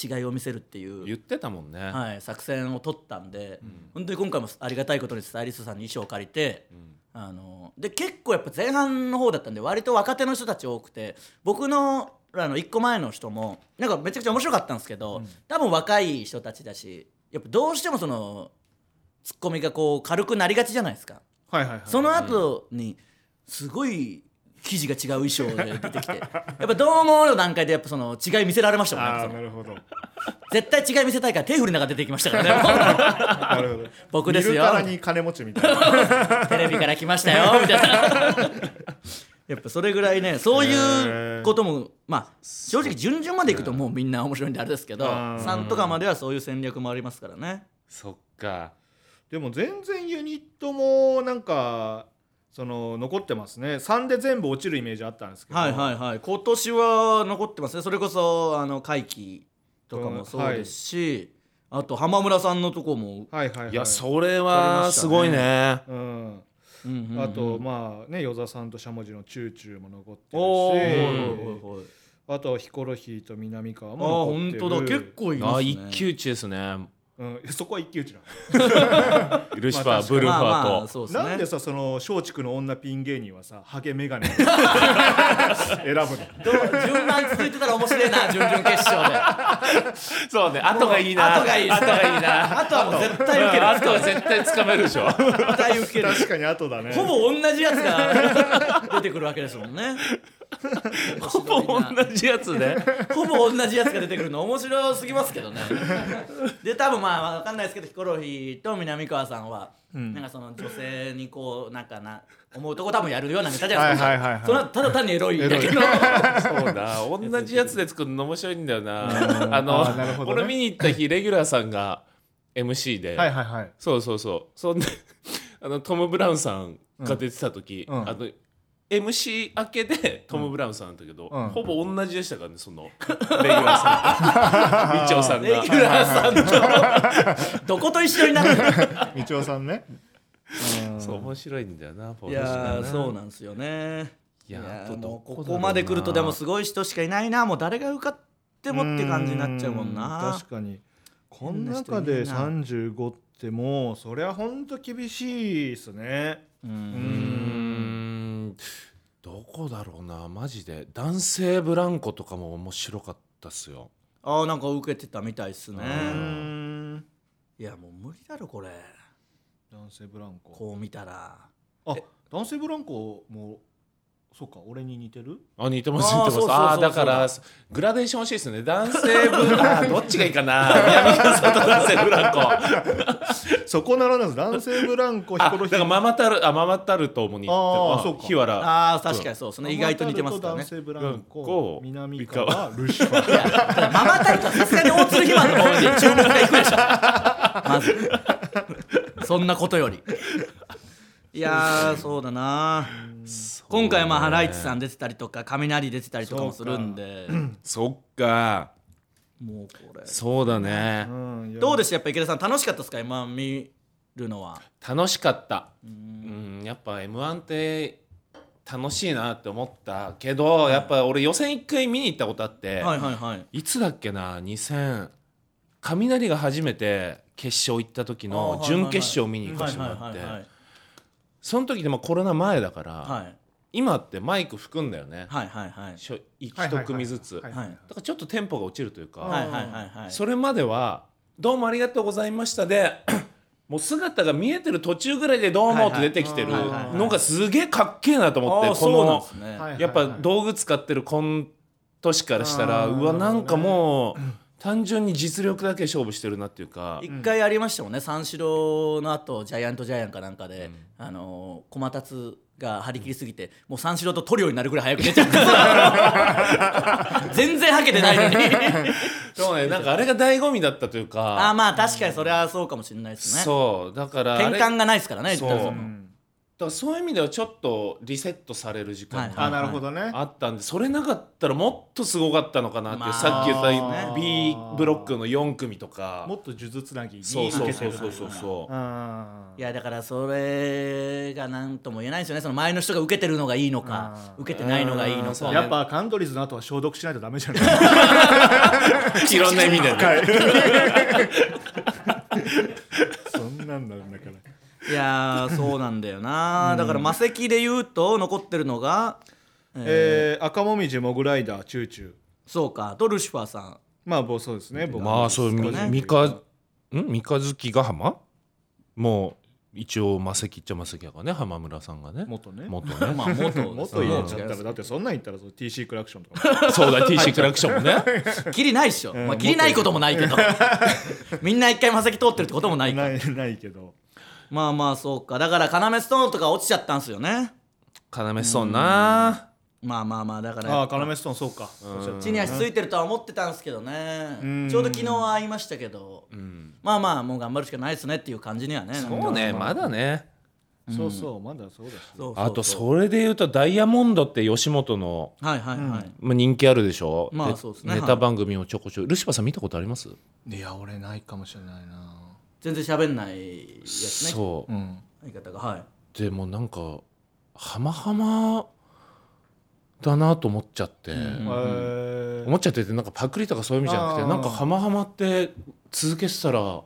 [SPEAKER 3] 違いを見せるってい
[SPEAKER 1] 言っ
[SPEAKER 3] う、
[SPEAKER 1] てたもんね、
[SPEAKER 3] はい、作戦を取ったんで、本当に今回もありがたいことにスタイリストさんに衣装を借りて。あのーで結構やっぱ前半の方だったんで割と若手の人たち多くて僕のあの1個前の人もなんかめちゃくちゃ面白かったんですけど、多分若い人たちだしやっぱどうしてもそのツッコミがこう軽くなりがちじゃないですか。
[SPEAKER 2] はいはいはい
[SPEAKER 3] その後にすごい生地が違う衣装で 出てきてやっぱどうもの段階でやっぱその違い見せられましたもんね
[SPEAKER 2] あ
[SPEAKER 3] そ
[SPEAKER 2] あ
[SPEAKER 3] の
[SPEAKER 2] なるほど
[SPEAKER 3] 絶対違い見せたいから手振りながら出てきましたからね
[SPEAKER 2] なるほど
[SPEAKER 3] 僕ですよ
[SPEAKER 2] 見るからに金持ちみたいな
[SPEAKER 3] テレビから来ましたよみたいな やっぱそれぐらいねそういうこともまあ正直順々までいくともうみんな面白いんであれですけど
[SPEAKER 2] うん
[SPEAKER 3] 3とかまではそういう戦略もありますからね
[SPEAKER 1] そっか
[SPEAKER 2] でも全然ユニットもなんかその残ってますね3で全部落ちるイメージあったんですけど
[SPEAKER 3] はいはいはい今年は残ってますねそれこそあの会期とかもそうですし、あと浜村さんのとこも、
[SPEAKER 2] はいはいはい
[SPEAKER 1] いやそれはすごいね
[SPEAKER 2] うん
[SPEAKER 3] うんうんうん
[SPEAKER 2] あとまあね与座さんとしゃもじのチューチューも残って
[SPEAKER 3] お
[SPEAKER 2] るし
[SPEAKER 3] お
[SPEAKER 2] あとヒコロヒーと南川
[SPEAKER 3] あ
[SPEAKER 2] も残って
[SPEAKER 3] 本
[SPEAKER 2] る
[SPEAKER 3] 当だ結構いま
[SPEAKER 1] あ
[SPEAKER 3] すね
[SPEAKER 1] 一騎打ちですね
[SPEAKER 2] うん、そこは一騎打ちなの
[SPEAKER 1] ルシフ
[SPEAKER 2] ま
[SPEAKER 1] ァ
[SPEAKER 2] あ
[SPEAKER 1] ーブルーファ
[SPEAKER 3] まあま
[SPEAKER 1] ー
[SPEAKER 3] あ
[SPEAKER 1] と
[SPEAKER 3] そうですね
[SPEAKER 2] なんでさその松竹の女ピン芸人はさハゲメガネ を選ぶの
[SPEAKER 3] どう順番続いてたら面白い な準々決勝で
[SPEAKER 1] そうね後がいいな
[SPEAKER 3] 後がいい
[SPEAKER 1] 後がいいな
[SPEAKER 3] あとはもう絶対受ける
[SPEAKER 1] あとは絶対つかめるでしょ
[SPEAKER 3] 絶対受ける
[SPEAKER 2] 確かに後だね
[SPEAKER 3] ほぼ同じやつ が出てくるわけですもん ね
[SPEAKER 1] ほぼ同じ やつね
[SPEAKER 3] ほぼ同じやつが出てくるの面白すぎますけど ねで多分まあわかんないですけどヒコロヒーと南川さんは、なんかその女性にこうなんかな思うとこ多分やるようなネタじゃないですか、
[SPEAKER 2] はいはいはいはい
[SPEAKER 3] そのただ単にエロいだけど
[SPEAKER 1] そうだ同じやつで作るの面白いんだよなあの
[SPEAKER 2] あーなるほどね
[SPEAKER 1] 俺見に行った日レギュラーさんが MC で、
[SPEAKER 2] はいはいはい
[SPEAKER 1] そうそうそうそんであのトム・ブラウンさんが出てた時、
[SPEAKER 2] うんうん
[SPEAKER 1] あの MC 明けでトム・ブラウンさんだったけど、
[SPEAKER 2] うん
[SPEAKER 1] ほぼ同じでしたからねそのレギュラーさん とみちおさん
[SPEAKER 3] レギ
[SPEAKER 1] が。
[SPEAKER 3] ュラーさんとどこと一緒に なるの
[SPEAKER 2] 道夫さんねうん
[SPEAKER 1] そう面白いんだよなポ
[SPEAKER 3] い
[SPEAKER 1] ーズが
[SPEAKER 3] やーそうなんですよねいやーもうここまで来るとでもす
[SPEAKER 1] ご
[SPEAKER 3] ごい人しかいないなもう誰が受かってもって感じになっちゃうもん
[SPEAKER 2] う
[SPEAKER 3] な
[SPEAKER 2] 確かにこの中で35ってもうそりゃほんと厳しいっすね
[SPEAKER 3] う
[SPEAKER 2] うんん
[SPEAKER 1] んどこだろうなマジで男性ブランコとかも面白かったっすよ
[SPEAKER 3] ああなんか受けてたみたいっすね
[SPEAKER 2] うん
[SPEAKER 3] いやもう無理だろこれ
[SPEAKER 2] 男性ブランコ
[SPEAKER 3] こう見たら
[SPEAKER 2] あ男性ブランコもそっか俺に似てる
[SPEAKER 1] あ似てます
[SPEAKER 3] あー
[SPEAKER 1] 似てます
[SPEAKER 3] そうそうそうそう
[SPEAKER 1] ああーだからグラデーション欲しいですね男性ブ ランコどっちがいいかな南川さんと男性ブラン コあ
[SPEAKER 2] そこならなんです男性ブランコヒコロ
[SPEAKER 1] だ
[SPEAKER 2] ヒ
[SPEAKER 1] からママタルあママタルトも似て
[SPEAKER 2] あー
[SPEAKER 1] ま
[SPEAKER 2] そうか
[SPEAKER 1] 日原
[SPEAKER 3] ああ確かにそうですね意外と似てますから
[SPEAKER 2] ママ
[SPEAKER 3] ね
[SPEAKER 2] タルト男性ブラン
[SPEAKER 1] ブランコ
[SPEAKER 2] コ南川ルシファー
[SPEAKER 3] ママタルトはさすがに大鶴ひまの方に注目がいく でしょまずそんなことよりいやーそうだな今回まあハライチさん出てたりとか雷出てたりとかもするんで
[SPEAKER 1] そっか
[SPEAKER 3] もうこれ
[SPEAKER 1] そうだね
[SPEAKER 2] うんいや
[SPEAKER 3] どうでしたやっぱ池田さん楽しかったですか今見るのは
[SPEAKER 1] 楽しかったうんやっぱ m 1って楽しいなって思ったけどやっぱ俺予選一回見に行ったことあって
[SPEAKER 3] はいはいはい
[SPEAKER 1] いつだっけな2000雷が初めて決勝行った時の準決勝見に行かせてもらって
[SPEAKER 3] はいはい
[SPEAKER 1] その時でもコロナ前だから、
[SPEAKER 3] はい
[SPEAKER 1] 今ってマイク吹くんだよね、
[SPEAKER 3] はいはいはい
[SPEAKER 1] しょ一
[SPEAKER 2] はいはいはい
[SPEAKER 1] 一組ずつ、
[SPEAKER 2] はい
[SPEAKER 3] は
[SPEAKER 1] だ
[SPEAKER 3] い
[SPEAKER 1] からちょっとテンポが落ちるというか、
[SPEAKER 3] はいはいはいはい
[SPEAKER 1] それまでは「どうもありがとうございました」で もう姿が見えてる途中ぐらいで「どうも」って出てきてる
[SPEAKER 3] はいはいはいはい
[SPEAKER 1] のがすげえかっけえなと思
[SPEAKER 3] あ
[SPEAKER 1] っ
[SPEAKER 3] あ
[SPEAKER 1] てこ
[SPEAKER 3] そうなん
[SPEAKER 1] の
[SPEAKER 3] ですね
[SPEAKER 2] はい
[SPEAKER 1] やっぱ道具使ってるコント師からしたら
[SPEAKER 2] あー
[SPEAKER 1] うわなんかもう単純に実力だけ勝負してるなっていうか
[SPEAKER 3] 一回ありましたもんね、三四郎の後ジャイアントジャイアンかなんかで、あのー、駒達が張り切りすぎてもう三四郎とトリオになるぐらい早く寝ちゃった 全然はけてないのに
[SPEAKER 1] そうねなんかあれが醍醐味だったという
[SPEAKER 3] あ
[SPEAKER 1] か
[SPEAKER 3] あまあ確かにそれはそうかもしれないですね
[SPEAKER 1] そうだからあれ
[SPEAKER 3] 転換がないですからね
[SPEAKER 1] そう
[SPEAKER 3] 言ったら
[SPEAKER 1] う
[SPEAKER 3] の
[SPEAKER 2] ん
[SPEAKER 1] だからそういう意味ではちょっとリセットされる時間
[SPEAKER 3] はい
[SPEAKER 2] あ
[SPEAKER 1] が
[SPEAKER 2] なるほどね
[SPEAKER 1] あったんでそれなかったらもっとすごかったのかなって、
[SPEAKER 3] まあ
[SPEAKER 1] さっき言った
[SPEAKER 3] ね
[SPEAKER 1] B ブロックの4組とか
[SPEAKER 2] もっと数珠つなぎに
[SPEAKER 1] そう
[SPEAKER 2] 受
[SPEAKER 1] そう
[SPEAKER 2] け
[SPEAKER 1] そ
[SPEAKER 2] て
[SPEAKER 1] う
[SPEAKER 2] る
[SPEAKER 1] そうそうそう
[SPEAKER 2] あ
[SPEAKER 3] いやだからそれが何とも言えないですよねその前の人が受けてるのがいいのか
[SPEAKER 2] うん
[SPEAKER 3] 受けてないのがいいの
[SPEAKER 1] そ
[SPEAKER 3] か
[SPEAKER 1] う
[SPEAKER 2] ー
[SPEAKER 1] ね
[SPEAKER 2] やっぱカントリーズの後は消毒しないとダメじゃない
[SPEAKER 1] いろんな意味で、ね、
[SPEAKER 2] そんなんなんだから
[SPEAKER 3] いやーそうなんだよな、だから魔石で言うと残ってるのが
[SPEAKER 2] えー赤もみじモグライダーチューチュー
[SPEAKER 3] そうかとルシファーさん
[SPEAKER 2] まあぼそうですね僕
[SPEAKER 1] まあそうみ
[SPEAKER 3] ね
[SPEAKER 1] 三日ん三日月ヶ浜もう一応魔石っちゃ魔石やからね浜村さんがね
[SPEAKER 2] 元ね
[SPEAKER 1] 元ね
[SPEAKER 3] まあ元
[SPEAKER 2] 元言っちゃったらだってそんなん言ったらそう TC クラクションとかも
[SPEAKER 1] そうだ TC クラクションもね
[SPEAKER 3] きりないっしょ、まあ、きりないこともないけど みんな一回マセキ通ってるってこともないから
[SPEAKER 2] ないないけど
[SPEAKER 3] まあまあそうかだから要ストーンとか落ちちゃったんすよね
[SPEAKER 1] 要そうな
[SPEAKER 3] まあまあまあだから
[SPEAKER 2] あ
[SPEAKER 3] や
[SPEAKER 2] あ
[SPEAKER 3] っぱ
[SPEAKER 2] 要ストーンそうか
[SPEAKER 3] 地に足ついてるとは思ってたんすけどね
[SPEAKER 2] ん
[SPEAKER 3] ちょうど昨日は会いましたけどまあまあもう頑張るしかないですねっていう感じにはね
[SPEAKER 1] そうねまだね
[SPEAKER 2] そうそうまだそうだし
[SPEAKER 3] そうそうそう
[SPEAKER 1] あとそれで言うとダイヤモンドって吉本の
[SPEAKER 3] はいはいはい、
[SPEAKER 1] まあ、人気あるでしょ
[SPEAKER 3] まあそうですね
[SPEAKER 1] ネタ番組をちょこちょこ、ルシファーさん見たことあります、
[SPEAKER 2] いや俺ないかもしれないな
[SPEAKER 3] 全然喋んないやつね
[SPEAKER 1] そう、
[SPEAKER 2] うん
[SPEAKER 3] 相方がはい
[SPEAKER 1] でもなんかハマハマだなと思っちゃって、
[SPEAKER 2] えー
[SPEAKER 1] 思っちゃっててなんかパクリとかそういう意味じゃなく
[SPEAKER 2] あ
[SPEAKER 1] て
[SPEAKER 2] ー
[SPEAKER 1] なんかハマハマって続けてたら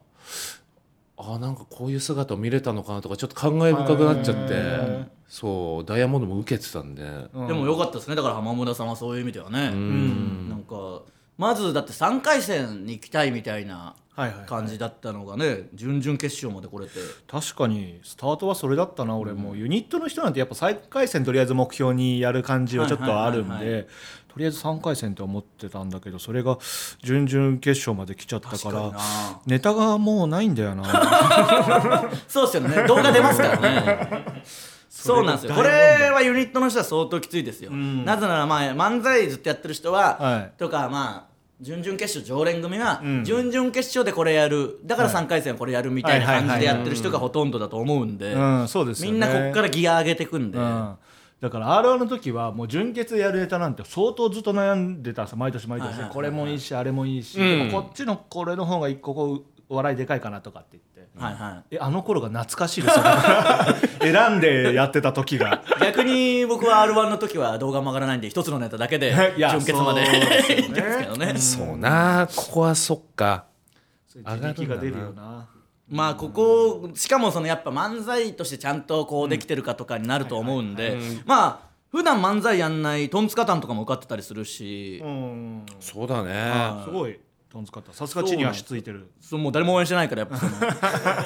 [SPEAKER 1] あなんかこういう姿を見れたのかなとかちょっと感慨深くなっちゃって、
[SPEAKER 2] はい
[SPEAKER 1] そうダイヤモンドも受けてたんで、う
[SPEAKER 3] でも良かったですねだから浜村さんはそういう意味ではね、
[SPEAKER 1] ん
[SPEAKER 3] なんかまずだって3回戦に行きたいみたいな
[SPEAKER 2] はいはい
[SPEAKER 3] 感じだったのがね準々決勝までこれって
[SPEAKER 2] 確かにスタートはそれだったな俺もうユニットの人なんてやっぱ最回戦とりあえず目標にやる感じはちょっとあるん
[SPEAKER 3] はいはいはいは
[SPEAKER 2] でとりあえず3回戦とは思ってたんだけどそれが準々決勝まで来ちゃった
[SPEAKER 3] 確
[SPEAKER 2] か
[SPEAKER 3] かに
[SPEAKER 2] ら
[SPEAKER 3] な
[SPEAKER 2] ネタがもうないんだよな
[SPEAKER 3] そうですよね動画出ますからねそうなんですよこ
[SPEAKER 2] それ
[SPEAKER 3] れ
[SPEAKER 2] が大問題
[SPEAKER 3] はユニットの人は相当きついですよ、
[SPEAKER 2] ん
[SPEAKER 3] なぜならまあ漫才ずっとやってる人は、
[SPEAKER 2] はい
[SPEAKER 3] とかまあ準々決勝常連組は、
[SPEAKER 2] うん
[SPEAKER 3] 準々決勝でこれやるだから3回戦これやるみたいな感じでやってる人がほとんどだと思うんで、
[SPEAKER 2] うんそうです
[SPEAKER 3] み
[SPEAKER 2] よね
[SPEAKER 3] んなこっからギア上げてくんで、
[SPEAKER 2] うんだから r 1の時はもう純潔やるネタなんて相当ずっと悩んでたさ毎年毎
[SPEAKER 3] はい
[SPEAKER 2] 年
[SPEAKER 3] はいはい
[SPEAKER 2] これもいいしあれもいいし、
[SPEAKER 1] うん
[SPEAKER 2] でもこっちのこれの方が一個こう笑いでかいかなとかって言って、
[SPEAKER 3] はいはい
[SPEAKER 2] えあの頃が懐かしいですよね 選んでやってた時が
[SPEAKER 3] 逆に僕は r 1の時は動画曲がらないんで一つのネタだけで
[SPEAKER 2] いや
[SPEAKER 3] 純潔まで
[SPEAKER 2] そうで すよね
[SPEAKER 3] 行ってますけどね、
[SPEAKER 1] そうなここはそっか
[SPEAKER 2] そういう自力が出るよな
[SPEAKER 3] まあここしかもそのやっぱ漫才としてちゃんとこうできてるかとかになると思うんでまあ普段漫才やんないトンツカタンとかも受かってたりするし、
[SPEAKER 2] うん
[SPEAKER 1] そうだね、
[SPEAKER 3] は
[SPEAKER 2] すごいトンツカタンさすが地に足ついてる
[SPEAKER 3] そうもう誰も応援してないからやっぱ その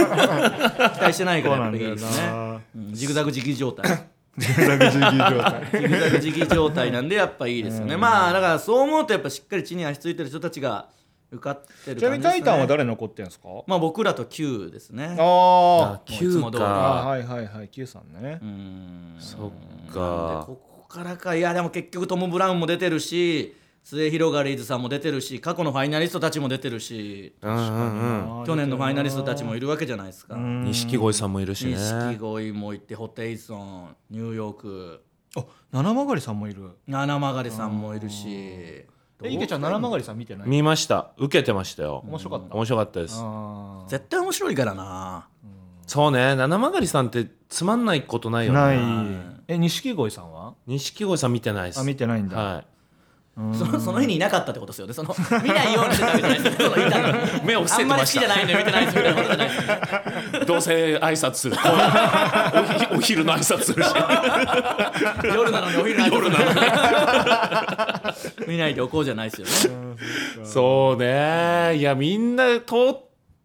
[SPEAKER 3] 期待してないからやっぱいいですね、うんジグザグ時期状態
[SPEAKER 2] 全く状態
[SPEAKER 3] ジグザグ時期状態なんでやっぱいいですよねまあだからそう思うとやっぱしっかり地に足ついてる人たちが受かってる感じです、ね、
[SPEAKER 2] ちなみにタイタンは誰残ってんですか
[SPEAKER 3] まあ僕らと Q ですね
[SPEAKER 2] あ
[SPEAKER 3] もういつも
[SPEAKER 1] 9
[SPEAKER 3] 通り
[SPEAKER 2] ああ
[SPEAKER 1] か
[SPEAKER 2] はいはいはい Q さんね
[SPEAKER 3] うーん
[SPEAKER 1] そっ
[SPEAKER 3] なんで
[SPEAKER 1] か
[SPEAKER 3] ここからかいやでも結局トム・ブラウンも出てるし末広がりーずさんも出てるし過去のファイナリストたちも出てるし
[SPEAKER 1] うんうん
[SPEAKER 2] あー
[SPEAKER 3] 去年のファイナリストたちもいるわけじゃないですか
[SPEAKER 1] うん錦鯉さんもいるしね
[SPEAKER 3] 錦鯉もいてホテイソンニューヨーク
[SPEAKER 2] あ七曲さんもいる
[SPEAKER 3] 七曲さんもいるし
[SPEAKER 2] えいけちゃん七曲さん見てない
[SPEAKER 1] 見ました受けてましたよ
[SPEAKER 2] 面白かった
[SPEAKER 1] 面白かったです
[SPEAKER 2] あー
[SPEAKER 3] 絶対面白いからな
[SPEAKER 1] そうね七曲さんってつまんないことないよね
[SPEAKER 2] ない
[SPEAKER 3] は
[SPEAKER 2] え錦鯉さんは
[SPEAKER 1] 錦鯉さん見てないです
[SPEAKER 2] あ見てないんだ、
[SPEAKER 1] はい
[SPEAKER 3] そのその日にいなかったってことですよねその見ないようにしてたわけじゃないですよそのいたの
[SPEAKER 1] 目を伏せ
[SPEAKER 3] あ
[SPEAKER 1] て
[SPEAKER 3] んま
[SPEAKER 1] ま
[SPEAKER 3] り好き
[SPEAKER 1] し
[SPEAKER 3] じゃ
[SPEAKER 1] た
[SPEAKER 3] ないんで見てないですみたいなことじゃないです
[SPEAKER 1] どうせ挨拶 するおお昼の挨拶するし
[SPEAKER 3] 夜なのにお昼なのに 見ないでおこうじゃないですよね
[SPEAKER 1] そうねいやみんな通っ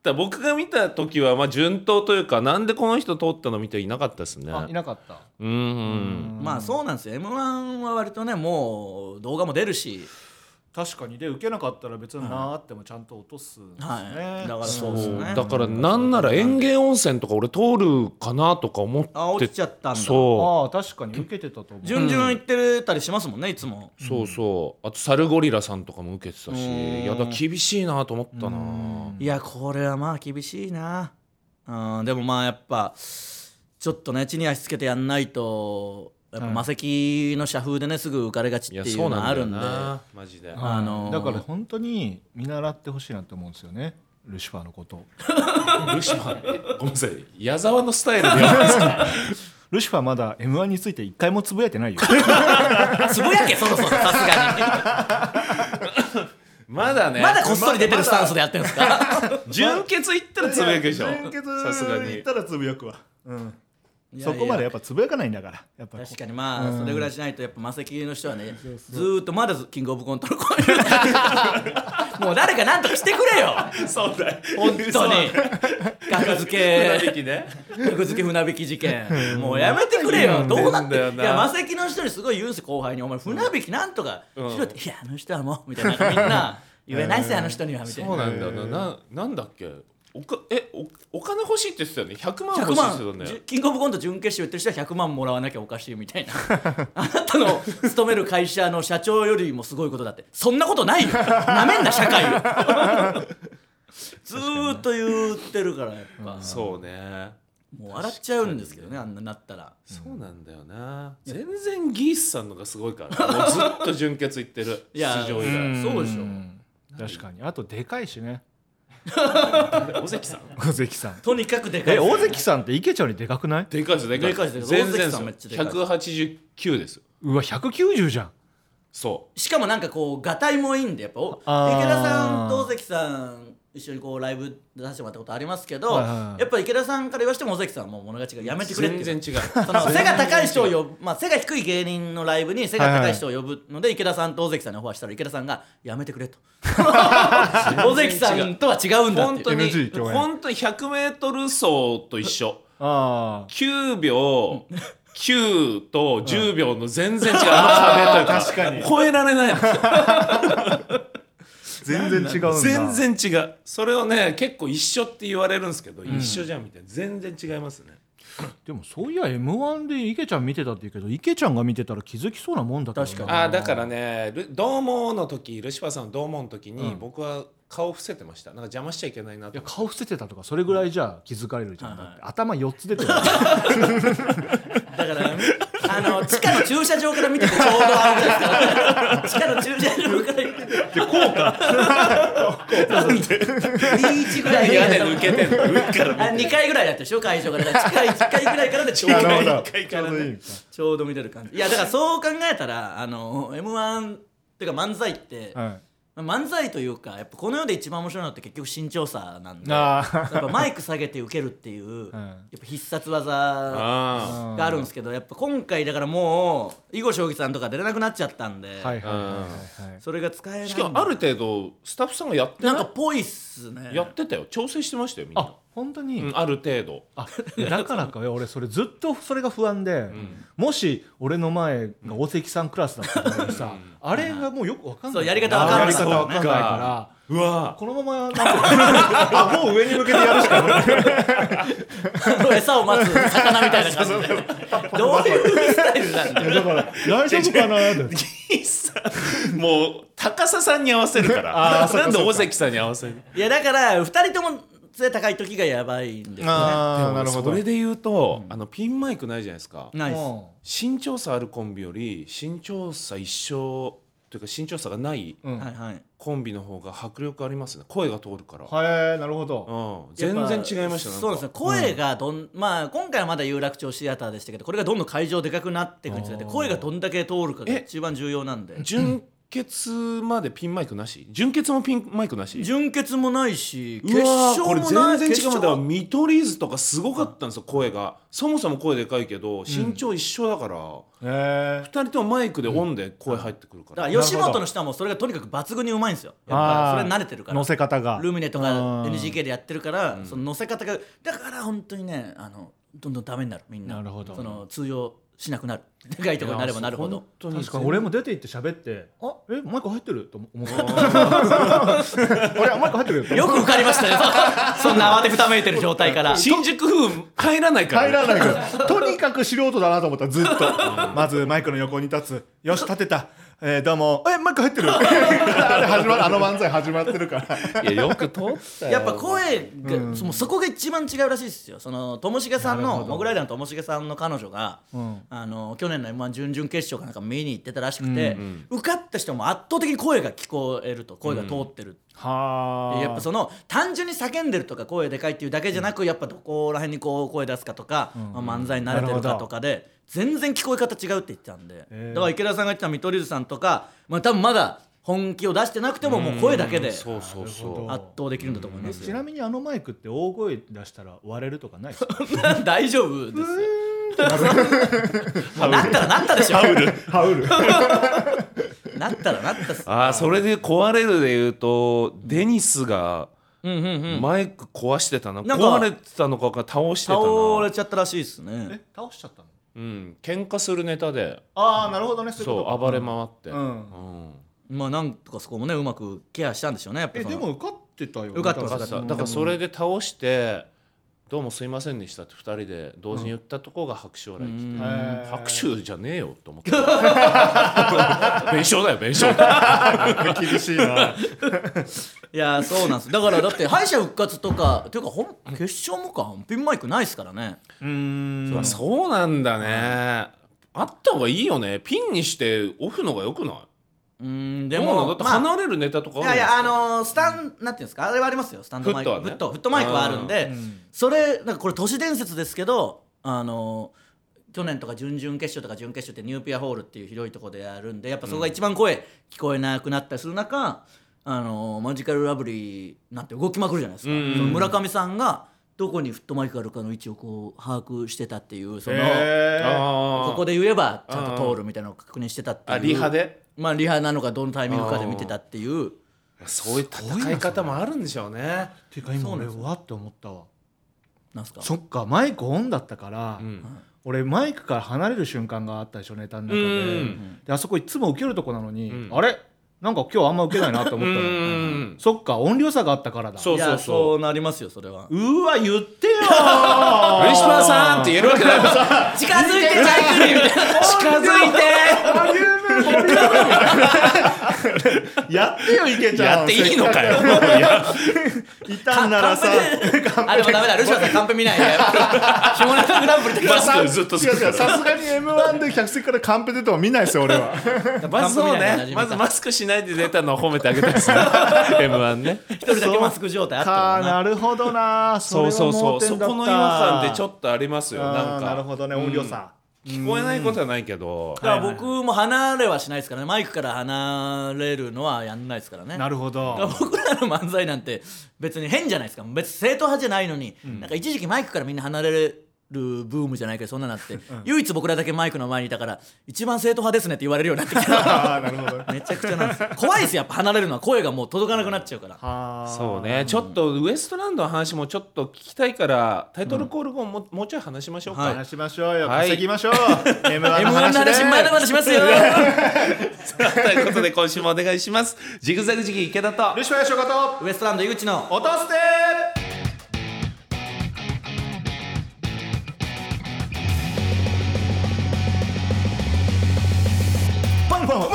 [SPEAKER 1] た僕が見た時はまあ順当というかなんでこの人通ったの見ていなかったですね
[SPEAKER 2] あいなかった
[SPEAKER 1] うんうん
[SPEAKER 3] まあそうなんですよ m 1は割とねもう動画も出るし、
[SPEAKER 2] 確かにで受けなかったら別になーってもちゃんと落とすんですね、
[SPEAKER 3] はい、だからそうです
[SPEAKER 1] そう
[SPEAKER 3] ね
[SPEAKER 1] だからなんなら園芸温泉とか俺通るかなとか思って
[SPEAKER 3] あ落ちちゃったんだ
[SPEAKER 1] そ
[SPEAKER 2] ああ確かに受けてたと思う
[SPEAKER 3] 順々行ってたりしますもんねいつも
[SPEAKER 1] うそうそうあとサルゴリラさんとかも受けてたし
[SPEAKER 3] うん
[SPEAKER 1] いやだ厳しいなと思ったな
[SPEAKER 3] うんいやこれはまあ厳しいなうんでもまあやっぱちょっとね地に足つけてやんないとやっぱ魔石の社風でねすぐ浮かれがち
[SPEAKER 1] い
[SPEAKER 3] っ
[SPEAKER 1] や
[SPEAKER 3] てい
[SPEAKER 1] そうう
[SPEAKER 3] の
[SPEAKER 1] な
[SPEAKER 3] あ
[SPEAKER 1] んだ
[SPEAKER 3] る
[SPEAKER 1] よ
[SPEAKER 3] んで
[SPEAKER 1] なマジで
[SPEAKER 3] あのー
[SPEAKER 2] だから本当に見習ってほしいなって思うんですよねルシファーのこと
[SPEAKER 1] ルシファーごめんなさい矢沢のスタイルでやるんですか
[SPEAKER 2] ルシファーまだ m 1について一回もつぶやいてないよ
[SPEAKER 3] つぶやけそろそろさすがに
[SPEAKER 1] まだ ね
[SPEAKER 3] まだこっそり出てるスタンスでやってるんですか
[SPEAKER 1] 純潔行ったらつぶやくでしょさすがに
[SPEAKER 2] たらつぶやくわ、うん、
[SPEAKER 3] いやいや
[SPEAKER 2] そこまでやっぱつぶやかないんだからやっぱ
[SPEAKER 3] 確かにまあそれぐらいしないとやっぱマセキの人はね
[SPEAKER 2] そう
[SPEAKER 3] ずーっとまだキングオブコントの声もう誰かなんとかしてくれよ
[SPEAKER 1] そうだよ
[SPEAKER 3] 本当に 格付け
[SPEAKER 1] ね
[SPEAKER 3] 格付け船引き事件 もうやめてくれよどうなって
[SPEAKER 1] いやいや
[SPEAKER 3] いやマセキの人にすごい言うんです後輩に「お前船引きなんとかしろ」って「いやあの人はもう」みたいなみんな言えないっすよあの人にはみたい
[SPEAKER 1] そう
[SPEAKER 3] な
[SPEAKER 1] なんだよなななんだっけおかえおお金欲しいって言ってたよね100万
[SPEAKER 3] 100
[SPEAKER 1] 欲しいって言って
[SPEAKER 3] 万
[SPEAKER 1] たよね
[SPEAKER 3] キングオブコント準決勝行ってる人は100万もらわなきゃおかしいみたい なあなたの勤める会社の社長よりもすごいことだってそんなことないよなめんな社会をずーっと言ってるからやっぱ、
[SPEAKER 1] そうね
[SPEAKER 3] もう笑っちゃうんですけどねあんななったら
[SPEAKER 1] そうなんだよな全然ギースさんのがすごいからもうずっと純潔行ってる
[SPEAKER 3] いや
[SPEAKER 1] 出場以
[SPEAKER 3] うんそうでしょ
[SPEAKER 2] 確かにあとでかいし ね
[SPEAKER 1] 外尾関さん
[SPEAKER 2] 小関さん
[SPEAKER 3] とにかくでかい
[SPEAKER 2] え大関さんって池ちゃんよりでかくない
[SPEAKER 1] でかいですでかい
[SPEAKER 3] でかいですでか
[SPEAKER 1] 全
[SPEAKER 3] い
[SPEAKER 1] 然
[SPEAKER 3] 尾関さんめっちゃでかい
[SPEAKER 1] 189ですよ
[SPEAKER 2] うわ190じゃん
[SPEAKER 1] そ
[SPEAKER 3] しかもなんかこうがたいもいいんでやっぱお
[SPEAKER 2] あー
[SPEAKER 3] 池田さんと尾関さん一緒にこうライブ出させてもらったことありますけど、
[SPEAKER 2] はいはいはい
[SPEAKER 3] やっぱ池田さんから言わせても尾関さんはもう物が違うやめて
[SPEAKER 1] う
[SPEAKER 3] くれってい
[SPEAKER 1] 全
[SPEAKER 3] う
[SPEAKER 1] 然違う
[SPEAKER 3] その背が高い人を呼ぶ、まあ、背が低い芸人のライブに背が高い人を呼ぶので、池田さんと尾関さんにオファーしたら池田さんが「やめてくれ」と「尾関さんとは違うんだ」っ
[SPEAKER 1] 本
[SPEAKER 3] て
[SPEAKER 1] 当に
[SPEAKER 2] NG 共演
[SPEAKER 1] 本当に 100m 走と一緒
[SPEAKER 2] あー
[SPEAKER 1] 9秒9と10秒の全 然違う、あの
[SPEAKER 2] あー
[SPEAKER 1] 壁
[SPEAKER 2] 確かに
[SPEAKER 1] と超えられない
[SPEAKER 2] 全然違うんだ
[SPEAKER 1] 全然違うそれをね結構一緒って言われるんですけど、一緒じゃんみたいな全然違いますね
[SPEAKER 2] でもそういや m 1で池ちゃん見てたって言うけど池ちゃんが見てたら気づきそうなもんだけどな
[SPEAKER 3] 確かに
[SPEAKER 1] あーだからねル「どうも」の時ルシファーさんの「どうも」の時に、
[SPEAKER 2] うん
[SPEAKER 1] 僕は顔伏せてましたなんか邪魔しちゃいけないなと
[SPEAKER 2] いや
[SPEAKER 1] 思って
[SPEAKER 2] 顔伏せてたとかそれぐらいじゃ気づかれるじゃん、
[SPEAKER 3] はいはい
[SPEAKER 2] だって頭4つ出 てる
[SPEAKER 3] だからあの地下の駐車場から見ててちょうどあれですから地下の駐車場から見ててこうかなんで1ぐらいで
[SPEAKER 1] 屋根抜けてんの上から
[SPEAKER 3] あ2回ぐらいだったでしょ会場からだから近い1回ぐらいからでちょうど
[SPEAKER 2] 一回から、ね、ちょうどいいか
[SPEAKER 3] ちょうど見てる感じいやだからそう考えたらあの m 1っていうか漫才って、
[SPEAKER 2] はい
[SPEAKER 3] 漫才というかやっぱこの世で一番面白いのって結局身長差なんでやっ
[SPEAKER 2] あー
[SPEAKER 3] ぱマイク下げて受けるっていう、やっぱ必殺技
[SPEAKER 1] あ
[SPEAKER 3] があるんですけどやっぱ今回だからもう囲碁将棋さんとか出れなくなっちゃったんで、
[SPEAKER 2] はいはいはいはい、はい、
[SPEAKER 3] それが使えないん
[SPEAKER 1] ー
[SPEAKER 3] で
[SPEAKER 1] しかもある程度スタッフさんがやって
[SPEAKER 3] な
[SPEAKER 1] なんい
[SPEAKER 3] かぽいっすね
[SPEAKER 1] やってたよ調整してましたよみんな
[SPEAKER 2] あ本当に、
[SPEAKER 1] うん、ある程度
[SPEAKER 2] あだからか俺それずっとそれが不安で、もし俺の前が大関さんクラスだったらさ、あれがもうよくわかんな
[SPEAKER 3] そ
[SPEAKER 2] い
[SPEAKER 3] うやり方わかんない
[SPEAKER 2] やり方わかんないから
[SPEAKER 1] うわ
[SPEAKER 2] このままなんか顎を上に向けてやるしかない
[SPEAKER 3] 餌を待つ魚みたいな 感じでどういうスタイルなんだよ
[SPEAKER 2] だから大丈夫かなって
[SPEAKER 1] ーもう高ささんに合わせるからなんで大関さんに合わせる
[SPEAKER 3] いやだから2人とも背高い時がやばいんですよ
[SPEAKER 2] あ
[SPEAKER 1] でもそれで言うと、あのピンマイクないじゃないですか
[SPEAKER 3] ないっす
[SPEAKER 1] 身長差あるコンビより身長差一緒というか身長差がない
[SPEAKER 2] うん
[SPEAKER 3] はいはい
[SPEAKER 1] コンビの方が迫力ありますね声が通るから、
[SPEAKER 2] はいなるほど
[SPEAKER 1] うん、全然違いました
[SPEAKER 3] や
[SPEAKER 1] ね
[SPEAKER 3] っぱそうなんですね声がどん、まあ今回はまだ有楽町シアターでしたけどこれがどんどん会場でかくなっていくにつれて
[SPEAKER 2] あー
[SPEAKER 3] 声がどんだけ通るかが一番重要なんで
[SPEAKER 1] 純潔までピンマイクなし純潔もピンマイクなし
[SPEAKER 3] 準決もないし決
[SPEAKER 1] うわー
[SPEAKER 3] 勝もない
[SPEAKER 1] これ全然違う
[SPEAKER 3] 決
[SPEAKER 1] もんだから
[SPEAKER 3] 勝
[SPEAKER 1] 見取り図とかすごかったんですよ声がそもそも声でかいけど身長一緒だから、
[SPEAKER 2] へえ
[SPEAKER 1] 二人ともマイクでオンで声入ってくるか
[SPEAKER 3] だ
[SPEAKER 1] ら、
[SPEAKER 3] から吉本の人はもうそれがとにかく抜群にうまいんですよやっ
[SPEAKER 2] あ
[SPEAKER 3] ぱ
[SPEAKER 2] ー
[SPEAKER 3] それ慣れてるから
[SPEAKER 2] 乗せ方が
[SPEAKER 3] ルミネとか
[SPEAKER 2] あー
[SPEAKER 3] NGK でやってるからその乗せ方がだから本当にねあのどんどんダメになるみんな
[SPEAKER 2] なるほど
[SPEAKER 3] その通用しなくなるでかいところになればなるほど
[SPEAKER 1] 本当に
[SPEAKER 2] 確かに俺も出て行って喋ってあえマイク入ってる と思思ったあれマイク入ってると思
[SPEAKER 3] よ
[SPEAKER 2] っ
[SPEAKER 3] く受かりました ねそんな慌てふためいてる状態から
[SPEAKER 1] 新宿風入らない
[SPEAKER 2] た
[SPEAKER 1] から、
[SPEAKER 2] 入らないからとにかく素人だなと思ったずっとまずマイクの横に立つよし立てたえーどうもえマイク入ってる あれ始まるあの漫才始まってるから
[SPEAKER 1] いやよく通ったよ
[SPEAKER 3] やっぱ声が、そのそこが一番違うらしいですよそのともしげさんのモグライダーのともしげさんの彼女が、
[SPEAKER 2] うん
[SPEAKER 3] あの去年の m 1準々決勝かなんか見に行ってたらしくて、受かった人も圧倒的に声が聞こえると声が通ってる、
[SPEAKER 2] は
[SPEAKER 3] やっぱその単純に叫んでるとか声でかいっていうだけじゃなく、やっぱどこら辺にこう声出すかとか、まあ漫才に慣れてるかとかで全然聞こえ方違うって言ってたんで、
[SPEAKER 2] えー
[SPEAKER 3] だから池田さんが言ってた見取り図さんとか、まあ、多分まだ本気を出してなくてももう声だけで圧
[SPEAKER 1] そうそうそう
[SPEAKER 2] なるほ
[SPEAKER 3] 倒できるんだと思いますよ
[SPEAKER 2] ちなみにあのマイクって大声出したら割れるとかないですか
[SPEAKER 3] 大丈夫 ですよ。 もうなったらなったでしょ。
[SPEAKER 2] 羽織る
[SPEAKER 3] なったらなったっす。
[SPEAKER 1] あーそれで壊れるで言うとデニスが
[SPEAKER 3] うんうんうん。
[SPEAKER 1] マイク壊してたな、
[SPEAKER 3] なんか
[SPEAKER 1] 壊れてたのかが倒してた
[SPEAKER 3] 倒
[SPEAKER 1] な
[SPEAKER 3] れちゃったらしいですね。
[SPEAKER 2] 倒しちゃったの
[SPEAKER 1] うん喧嘩するネタで
[SPEAKER 2] ああなるほどねい
[SPEAKER 1] そう
[SPEAKER 2] ことか
[SPEAKER 1] 暴れ回って、
[SPEAKER 2] う
[SPEAKER 1] う
[SPEAKER 2] ん
[SPEAKER 1] ん
[SPEAKER 3] まあなんとかそこもねうまくケアしたんでしょうね。やっぱ
[SPEAKER 2] え
[SPEAKER 3] その
[SPEAKER 2] でも受かってたよ
[SPEAKER 3] 受かってます
[SPEAKER 1] だからだからそれで倒して「どうもすいませんでした」って2人で同時に言ったとこが白手笑い来て、
[SPEAKER 2] へー
[SPEAKER 1] 拍手じゃねえよと思って 弁償だよ弁償
[SPEAKER 2] 厳しい ない
[SPEAKER 3] やそうなんです。だからだって敗者復活とかっていうかほん決勝もかピンマイクないですからね。
[SPEAKER 1] そうそうなんだね、あった方がいいよねピンにしてオフのがよくない
[SPEAKER 3] うんで
[SPEAKER 1] どうなのだ
[SPEAKER 3] も
[SPEAKER 1] って
[SPEAKER 3] まあ
[SPEAKER 1] 離れるネタとか
[SPEAKER 3] い
[SPEAKER 1] ある
[SPEAKER 3] やい
[SPEAKER 1] じゃ
[SPEAKER 3] やあ
[SPEAKER 1] ないですか
[SPEAKER 3] のースタンなんていうんですかあれはありますよスタンドマイク
[SPEAKER 1] フットはね
[SPEAKER 3] フットフットマイクはあるんで
[SPEAKER 2] うん
[SPEAKER 3] それなんかこれ都市伝説ですけどあのー去年とか準々決勝とか準決勝ってニューピアホールっていう広いところでやるんでやっぱそこが一番声聞こえなくなったりする中、あのマジカルラブリーなんて動きまくるじゃないですか、
[SPEAKER 1] うん
[SPEAKER 3] その村上さんがどこにフットマイクがあるかの位置をこう把握してたっていうその、
[SPEAKER 2] え
[SPEAKER 1] あー
[SPEAKER 3] ここで言えばちゃんと通るみたいなのを確認してたってい
[SPEAKER 1] あ
[SPEAKER 3] う
[SPEAKER 1] リハで
[SPEAKER 3] まあリハなのかどのタイミングかで見てたっていう
[SPEAKER 1] そういう戦い方もあるんでしょうね
[SPEAKER 2] ていうか今俺わって思ったわ
[SPEAKER 3] なんすか
[SPEAKER 2] そっかマイクオンだったから、
[SPEAKER 1] うん
[SPEAKER 2] 俺マイクから離れる瞬間があったでしょネタの中で,、
[SPEAKER 1] うん
[SPEAKER 2] であそこいつも受けるとこなのに、
[SPEAKER 1] うん
[SPEAKER 2] あれなんか今日あんま受けないなと思ったの、
[SPEAKER 1] うん
[SPEAKER 2] そっか音量差があったからだ
[SPEAKER 1] そう
[SPEAKER 3] いや
[SPEAKER 1] そう
[SPEAKER 3] そうなりますよそれは
[SPEAKER 2] うわ言ってよ
[SPEAKER 1] ウィシュパーさんって言えるわけない
[SPEAKER 3] 近づいてチャイクリーみたいな近づいて
[SPEAKER 2] ボリュームボリュームみたいなやってよいけちゃん
[SPEAKER 1] やっていいのか よ
[SPEAKER 2] いたんならさ
[SPEAKER 3] あでもダメだルシファーさんカンペ見ない で下ネタグランプリで
[SPEAKER 1] マスクずっとつ
[SPEAKER 2] 違
[SPEAKER 1] け
[SPEAKER 2] う
[SPEAKER 1] て
[SPEAKER 2] 違
[SPEAKER 1] た
[SPEAKER 2] うさすがに m 1で客席からカンペ出ても見ないですよ 俺は
[SPEAKER 1] まずそう
[SPEAKER 3] カンペ
[SPEAKER 1] ね
[SPEAKER 3] みたいな
[SPEAKER 1] まずマスクしないで出たのを褒めてあげたいです ね M1 ね
[SPEAKER 3] 一人だけマスク状態あった
[SPEAKER 2] か
[SPEAKER 3] も
[SPEAKER 2] あ
[SPEAKER 3] んな
[SPEAKER 2] なるほどな
[SPEAKER 1] そうそうそう
[SPEAKER 2] れ
[SPEAKER 1] そ
[SPEAKER 2] は盲点だった
[SPEAKER 1] この違和感ってちょっとありますよな
[SPEAKER 2] あ
[SPEAKER 1] ん
[SPEAKER 2] ー
[SPEAKER 1] か
[SPEAKER 2] なるほどね音量差、
[SPEAKER 1] 聞こえないことはないけど
[SPEAKER 3] だから僕も離れはしないですからねマイクから離れるのはやんないです からね
[SPEAKER 2] なるほ
[SPEAKER 3] だから
[SPEAKER 2] ど
[SPEAKER 3] 僕らの漫才なんて別に変じゃないですか別に正統派じゃないのに、なんか一時期マイクからみんな離れるブームじゃないけどそんなのあって、唯一僕らだけマイクの前にいたから一番正統派ですねって言われるようになってきた
[SPEAKER 2] あーなるほど ね
[SPEAKER 3] めちゃくちゃなんです怖いですやっぱ離れるのは声がもう届かなくなっちゃうから
[SPEAKER 2] はー
[SPEAKER 1] そうねちょっとウエストランドの話もちょっと聞きたいからタイトルコール後ももうちょい話しましょうか、
[SPEAKER 3] はい
[SPEAKER 2] 話しましょうよ
[SPEAKER 1] はい
[SPEAKER 2] 稼ぎまし ょう M1 の
[SPEAKER 3] M1 の
[SPEAKER 2] 話で
[SPEAKER 3] 話まだまだしますよ
[SPEAKER 1] ということで今週もお願いしますジグザグジギー池田と
[SPEAKER 2] ルシファー翔子
[SPEAKER 3] ウエストランド井口の
[SPEAKER 2] と落とすでパンパンパン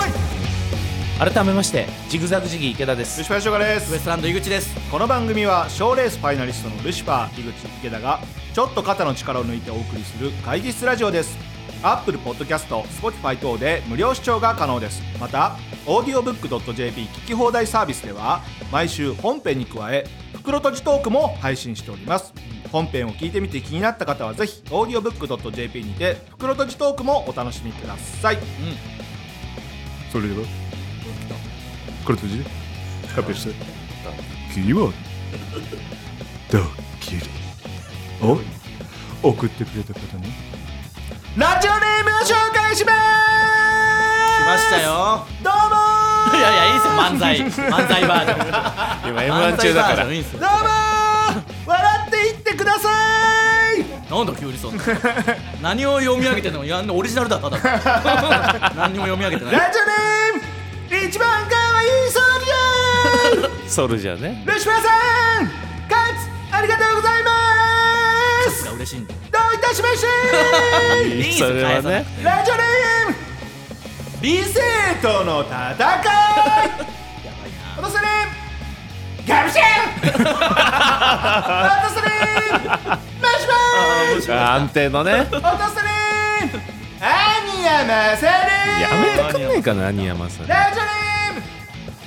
[SPEAKER 1] 改めましてジグザグジギー池田です
[SPEAKER 2] ルシファー翔子で
[SPEAKER 3] ウエ
[SPEAKER 2] す
[SPEAKER 3] ストランド井口です
[SPEAKER 2] この番組は賞レースファイナリストのルシファー井口池田がちょっと肩の力を抜いてお送りする会議室ラジオですアップルポッドキャスト Spotify 等で無料視聴が可能ですまた audiobook.jp 聞き放題サービスでは毎週本編に加え袋とじトークも配信しております本編を聞いてみて気になった方はぜひ audiobook.jp にて袋とじトークもお楽しみください
[SPEAKER 4] それではこれ閉じてカペして次はドッキリを送ってくれた方に
[SPEAKER 2] ラジオネームを紹介し
[SPEAKER 3] 来
[SPEAKER 2] ます
[SPEAKER 3] ましたよ
[SPEAKER 2] どうもー
[SPEAKER 3] いやいやいいですよ漫才漫才バージョン
[SPEAKER 1] 今
[SPEAKER 3] 漫
[SPEAKER 1] M1
[SPEAKER 3] 才
[SPEAKER 1] 中だ
[SPEAKER 3] バ
[SPEAKER 1] か
[SPEAKER 3] ージョ
[SPEAKER 1] ら
[SPEAKER 3] ンいいんすよ
[SPEAKER 2] どうもー笑っていってください
[SPEAKER 3] なんだ急にそんな何を読み上げてんのいやオリジナルだただの 何にも読み上げてない
[SPEAKER 2] ラジオネーム一番かわいいソルジャ
[SPEAKER 1] ソルジャーね
[SPEAKER 2] ールシファーさんカツありがとうございます
[SPEAKER 3] が嬉しいんだよ
[SPEAKER 2] どういたしま して
[SPEAKER 3] いいんす
[SPEAKER 1] そ
[SPEAKER 3] よ
[SPEAKER 1] れ
[SPEAKER 3] 返
[SPEAKER 1] は
[SPEAKER 3] さな
[SPEAKER 1] ね
[SPEAKER 3] くて
[SPEAKER 2] ラジオネーム理性との戦いやばいな私ねガブシェン私ねマシュマー
[SPEAKER 1] 安定のねや
[SPEAKER 2] 落とすね兄やまさる
[SPEAKER 1] めてくんねえかな兄山さん
[SPEAKER 2] ラジオネーム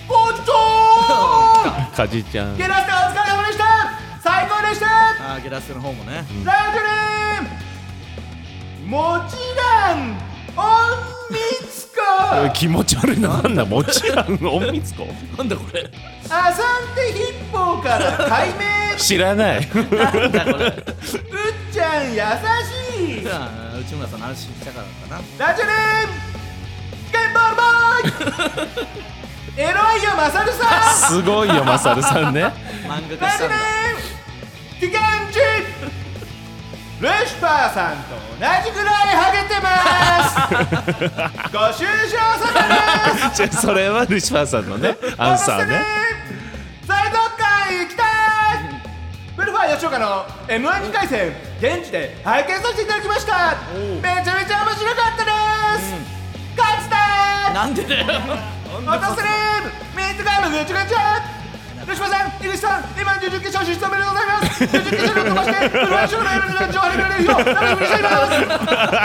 [SPEAKER 2] おっと
[SPEAKER 1] かじちゃん
[SPEAKER 2] ゲラステお疲れ様でした最高でした
[SPEAKER 3] あーゲラステの方もね
[SPEAKER 2] ラジオネームもちろんおんみつこ
[SPEAKER 1] 気持ち悪いななんだもちろん隠密子
[SPEAKER 3] なんだこれ
[SPEAKER 2] アサンテヒッポーから解明
[SPEAKER 1] 知らない
[SPEAKER 2] うっちゃん優しい
[SPEAKER 3] じゃあ内村さんの話したからかな
[SPEAKER 2] ラジオネームゲンボールボーイエロいよまさるさん
[SPEAKER 1] すごいよマサルさんね
[SPEAKER 3] 漫画
[SPEAKER 2] ラ
[SPEAKER 3] 化したん
[SPEAKER 2] ジオ
[SPEAKER 3] だ
[SPEAKER 2] ネーム期間中ルシファーさんと同じくらいハゲてます ご愁傷様です
[SPEAKER 1] じゃあそれはルシファーさんのねアンサーね
[SPEAKER 2] それどっか行きたいブルファー吉岡の m 1 2回戦現地で拝見させていただきましためちゃめちゃ面白かったです、勝つた
[SPEAKER 3] なんでだよ
[SPEAKER 2] 落とすねー水がむぐちゅぐちゅルシファーさん、井口さん、今準々決勝進出おめでとうございます準々決勝に飛ばして、フルワンショーの夜のラジオを始められるよう楽しみにしていますラ
[SPEAKER 1] マ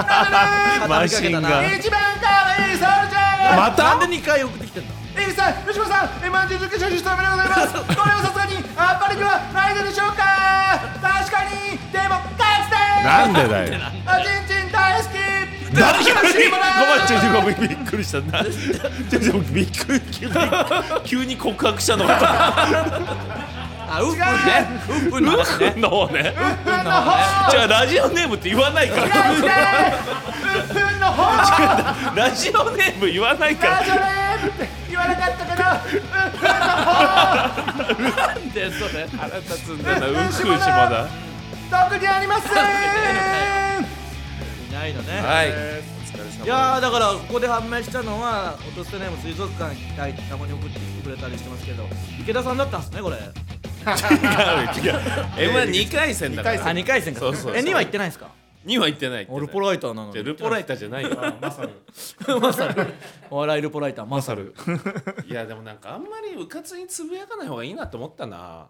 [SPEAKER 1] シン
[SPEAKER 3] 畳みか
[SPEAKER 1] が
[SPEAKER 2] ジオネーム一番かわいいソルジャ
[SPEAKER 1] また
[SPEAKER 3] なんで2回送ってきてんの
[SPEAKER 2] ー井口さん、ルシファーさん、今準々決勝進出おめでとうございますこれはさすがに、あっぱれではないのでしょうか確かに、でも、勝つで
[SPEAKER 1] なんでだよ
[SPEAKER 2] おちんちん大好
[SPEAKER 3] っ
[SPEAKER 2] き
[SPEAKER 3] てなる
[SPEAKER 1] ごめんびっくりしたなちょちょびっくり急に急に告白したのか
[SPEAKER 3] あうっぷんねうっぷんの話ね
[SPEAKER 1] の方ねじゃあラジオネームって言わないから
[SPEAKER 2] 分の方
[SPEAKER 1] ラジオネーム言わないから
[SPEAKER 2] 言わなかったけど
[SPEAKER 3] なんでそれ腹立つんだ
[SPEAKER 1] うんくうしまだ
[SPEAKER 2] 特にありません
[SPEAKER 3] いないのね、
[SPEAKER 1] はい
[SPEAKER 3] いやーだからここで判明したのは落とせないも水族館行きたいってたまに送ってきてくれたりしてますけど池田さんだったんですねこれあ
[SPEAKER 1] 違う m 1 2回戦だか
[SPEAKER 2] 二
[SPEAKER 1] ら
[SPEAKER 2] 回
[SPEAKER 3] 2回戦か
[SPEAKER 1] そうそうそう
[SPEAKER 3] え2は行ってないんですか
[SPEAKER 1] 2は行ってない行ってない
[SPEAKER 3] ライターなの
[SPEAKER 1] じゃあルポライターじゃないよ
[SPEAKER 3] お笑いルポライターマサル
[SPEAKER 1] いやでもなんかあんまりうかつにつぶやかない方がいいなと思ったな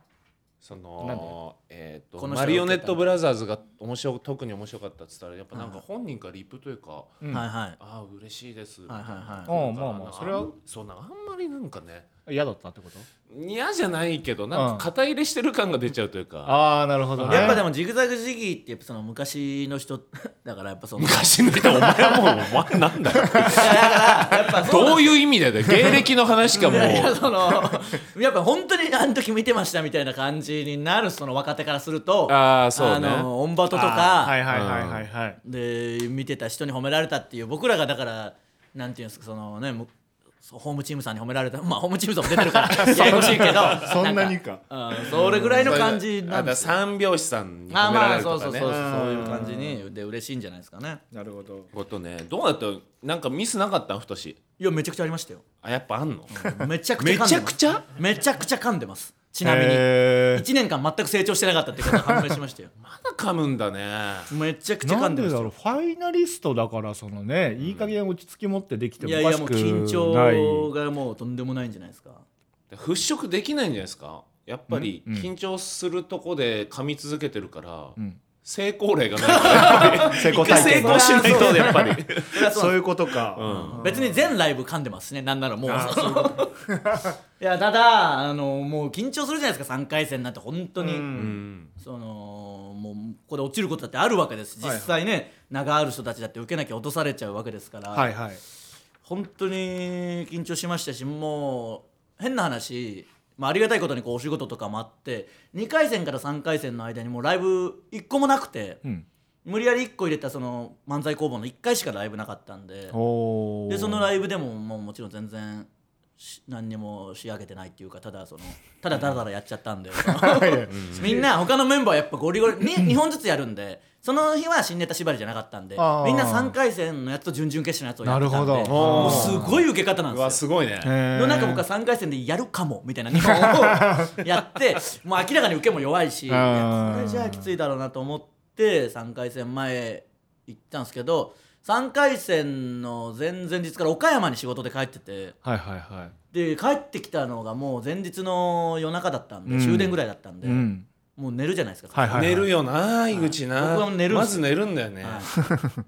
[SPEAKER 1] そのえー、
[SPEAKER 3] ことの人が
[SPEAKER 1] マリオネットブラザーズが面白特に面白かったっつったらやっぱなんか本人からリップというか「
[SPEAKER 3] はいはい
[SPEAKER 1] ああ嬉しいです」
[SPEAKER 3] はいはい
[SPEAKER 2] は
[SPEAKER 3] はいい
[SPEAKER 2] うんまあまあそれは
[SPEAKER 1] そうなんあんまりなんかね
[SPEAKER 2] 嫌だったってこと
[SPEAKER 1] 嫌じゃないけどなんか肩入れしてる感が出ちゃうというか、
[SPEAKER 2] ああなるほどね
[SPEAKER 3] やっぱでもジグザグジギーってやっぱその昔の人だからやっぱそのい
[SPEAKER 1] 昔の人お前はもうお前なんだよ
[SPEAKER 3] やだからやっぱそう
[SPEAKER 1] どういう意味だよ 芸歴の話かも
[SPEAKER 3] いうやいやその やっぱ本当にあの時見てましたみたいな感じになるその若手からすると
[SPEAKER 1] あーそうね
[SPEAKER 3] のオンバトと
[SPEAKER 2] あーはい
[SPEAKER 3] か
[SPEAKER 2] はいはいはいはい
[SPEAKER 3] で見てた人に褒められたっていう僕らがだからなんていうんですかそのねむそうホームチームさんに褒められたまあホームチームさんも出てるからややこしいけど
[SPEAKER 4] そんなにか
[SPEAKER 3] なんかうんそれぐらいの感じ
[SPEAKER 1] あだ
[SPEAKER 3] なん
[SPEAKER 1] から
[SPEAKER 3] ですよ
[SPEAKER 1] 三拍子さんに
[SPEAKER 3] あ
[SPEAKER 1] 褒
[SPEAKER 3] ー
[SPEAKER 1] めら
[SPEAKER 3] ま
[SPEAKER 1] れ
[SPEAKER 3] あ
[SPEAKER 1] る
[SPEAKER 3] そ
[SPEAKER 1] と
[SPEAKER 3] う
[SPEAKER 1] か
[SPEAKER 3] そう
[SPEAKER 1] ね
[SPEAKER 3] そうそういう感じにで嬉しいんじゃないですかね
[SPEAKER 2] なるほど
[SPEAKER 1] ことねどうだったなんかミスなかったんふとし
[SPEAKER 3] いやめちゃくちゃありましたよ
[SPEAKER 1] あやっぱあんの
[SPEAKER 3] めちゃくちゃ
[SPEAKER 1] め
[SPEAKER 3] 噛んでます
[SPEAKER 1] ちゃくちゃ
[SPEAKER 3] めちゃくちゃ噛んでますちなみに
[SPEAKER 4] え
[SPEAKER 3] 1年間全く成長してなかったっていうことが判明しましたよ
[SPEAKER 1] まだ噛むんだね
[SPEAKER 3] めちゃくちゃ
[SPEAKER 4] な
[SPEAKER 3] 噛
[SPEAKER 4] ん
[SPEAKER 3] んで
[SPEAKER 4] で
[SPEAKER 3] まし
[SPEAKER 4] だ
[SPEAKER 3] た
[SPEAKER 4] ろうファイナリストだからそのねいい加減落ち着き持ってできて
[SPEAKER 3] い
[SPEAKER 4] も
[SPEAKER 3] やいや
[SPEAKER 4] おかし
[SPEAKER 3] もう
[SPEAKER 4] く
[SPEAKER 3] 緊
[SPEAKER 4] ない
[SPEAKER 3] 張がもうとんでもないんじゃないですか
[SPEAKER 1] 払拭できないんじゃないですかやっぱり緊張するとこで噛み続けてるから、成功例がないから
[SPEAKER 4] 成功
[SPEAKER 1] 一回
[SPEAKER 4] 体
[SPEAKER 1] 成
[SPEAKER 4] 験
[SPEAKER 1] 功しないとやっぱり
[SPEAKER 4] そういうことか、
[SPEAKER 3] 別に全ライブ噛んでますしねなんならもう いやただあのもう緊張するじゃないですか3回戦なんて本当に、
[SPEAKER 1] うん
[SPEAKER 3] そのもうここで落ちることだってあるわけです実際ね、名がある人たちだって受けなきゃ落とされちゃうわけですから、
[SPEAKER 4] はいはい
[SPEAKER 3] 本当に緊張しましたしもう変な話、まあ、ありがたいことにこうお仕事とかもあって2回戦から3回戦の間にもうライブ1個もなくて、
[SPEAKER 4] ん
[SPEAKER 3] 無理やり1個入れたその漫才工房の1回しかライブなかったんで
[SPEAKER 4] おー
[SPEAKER 3] でそのライブでももうもちろん全然し何にも仕上げてないっていうかただ そのただだらだらやっちゃったんで みんな他のメンバーはやっぱゴリゴリに2本ずつやるんでその日は新ネタ縛りじゃなかったんで
[SPEAKER 4] あー
[SPEAKER 3] みんな3回戦のやつと準々決勝のやつをやってたんで
[SPEAKER 4] なるほど
[SPEAKER 3] もうすごい受け方なん
[SPEAKER 1] う
[SPEAKER 3] ですよ
[SPEAKER 1] わ。すごいね、
[SPEAKER 4] え
[SPEAKER 3] の
[SPEAKER 4] ー
[SPEAKER 3] なんか僕は3回戦でやるかもみたいな日本をや ってもう明らかに受けも弱いしいやこれじゃあきついだろうなと思って3回戦前行ったんですけど3回戦の前々日から岡山に仕事で帰ってて
[SPEAKER 4] はいはいはい
[SPEAKER 3] で帰ってきたのがもう前日の夜中だったんで、終電ぐらいだったんで、
[SPEAKER 4] うん
[SPEAKER 3] もう寝るじゃないですか、
[SPEAKER 4] はいはいはい
[SPEAKER 1] 寝るよな井口な、
[SPEAKER 3] 僕は寝るん
[SPEAKER 1] ますず寝るんだよね、
[SPEAKER 3] はい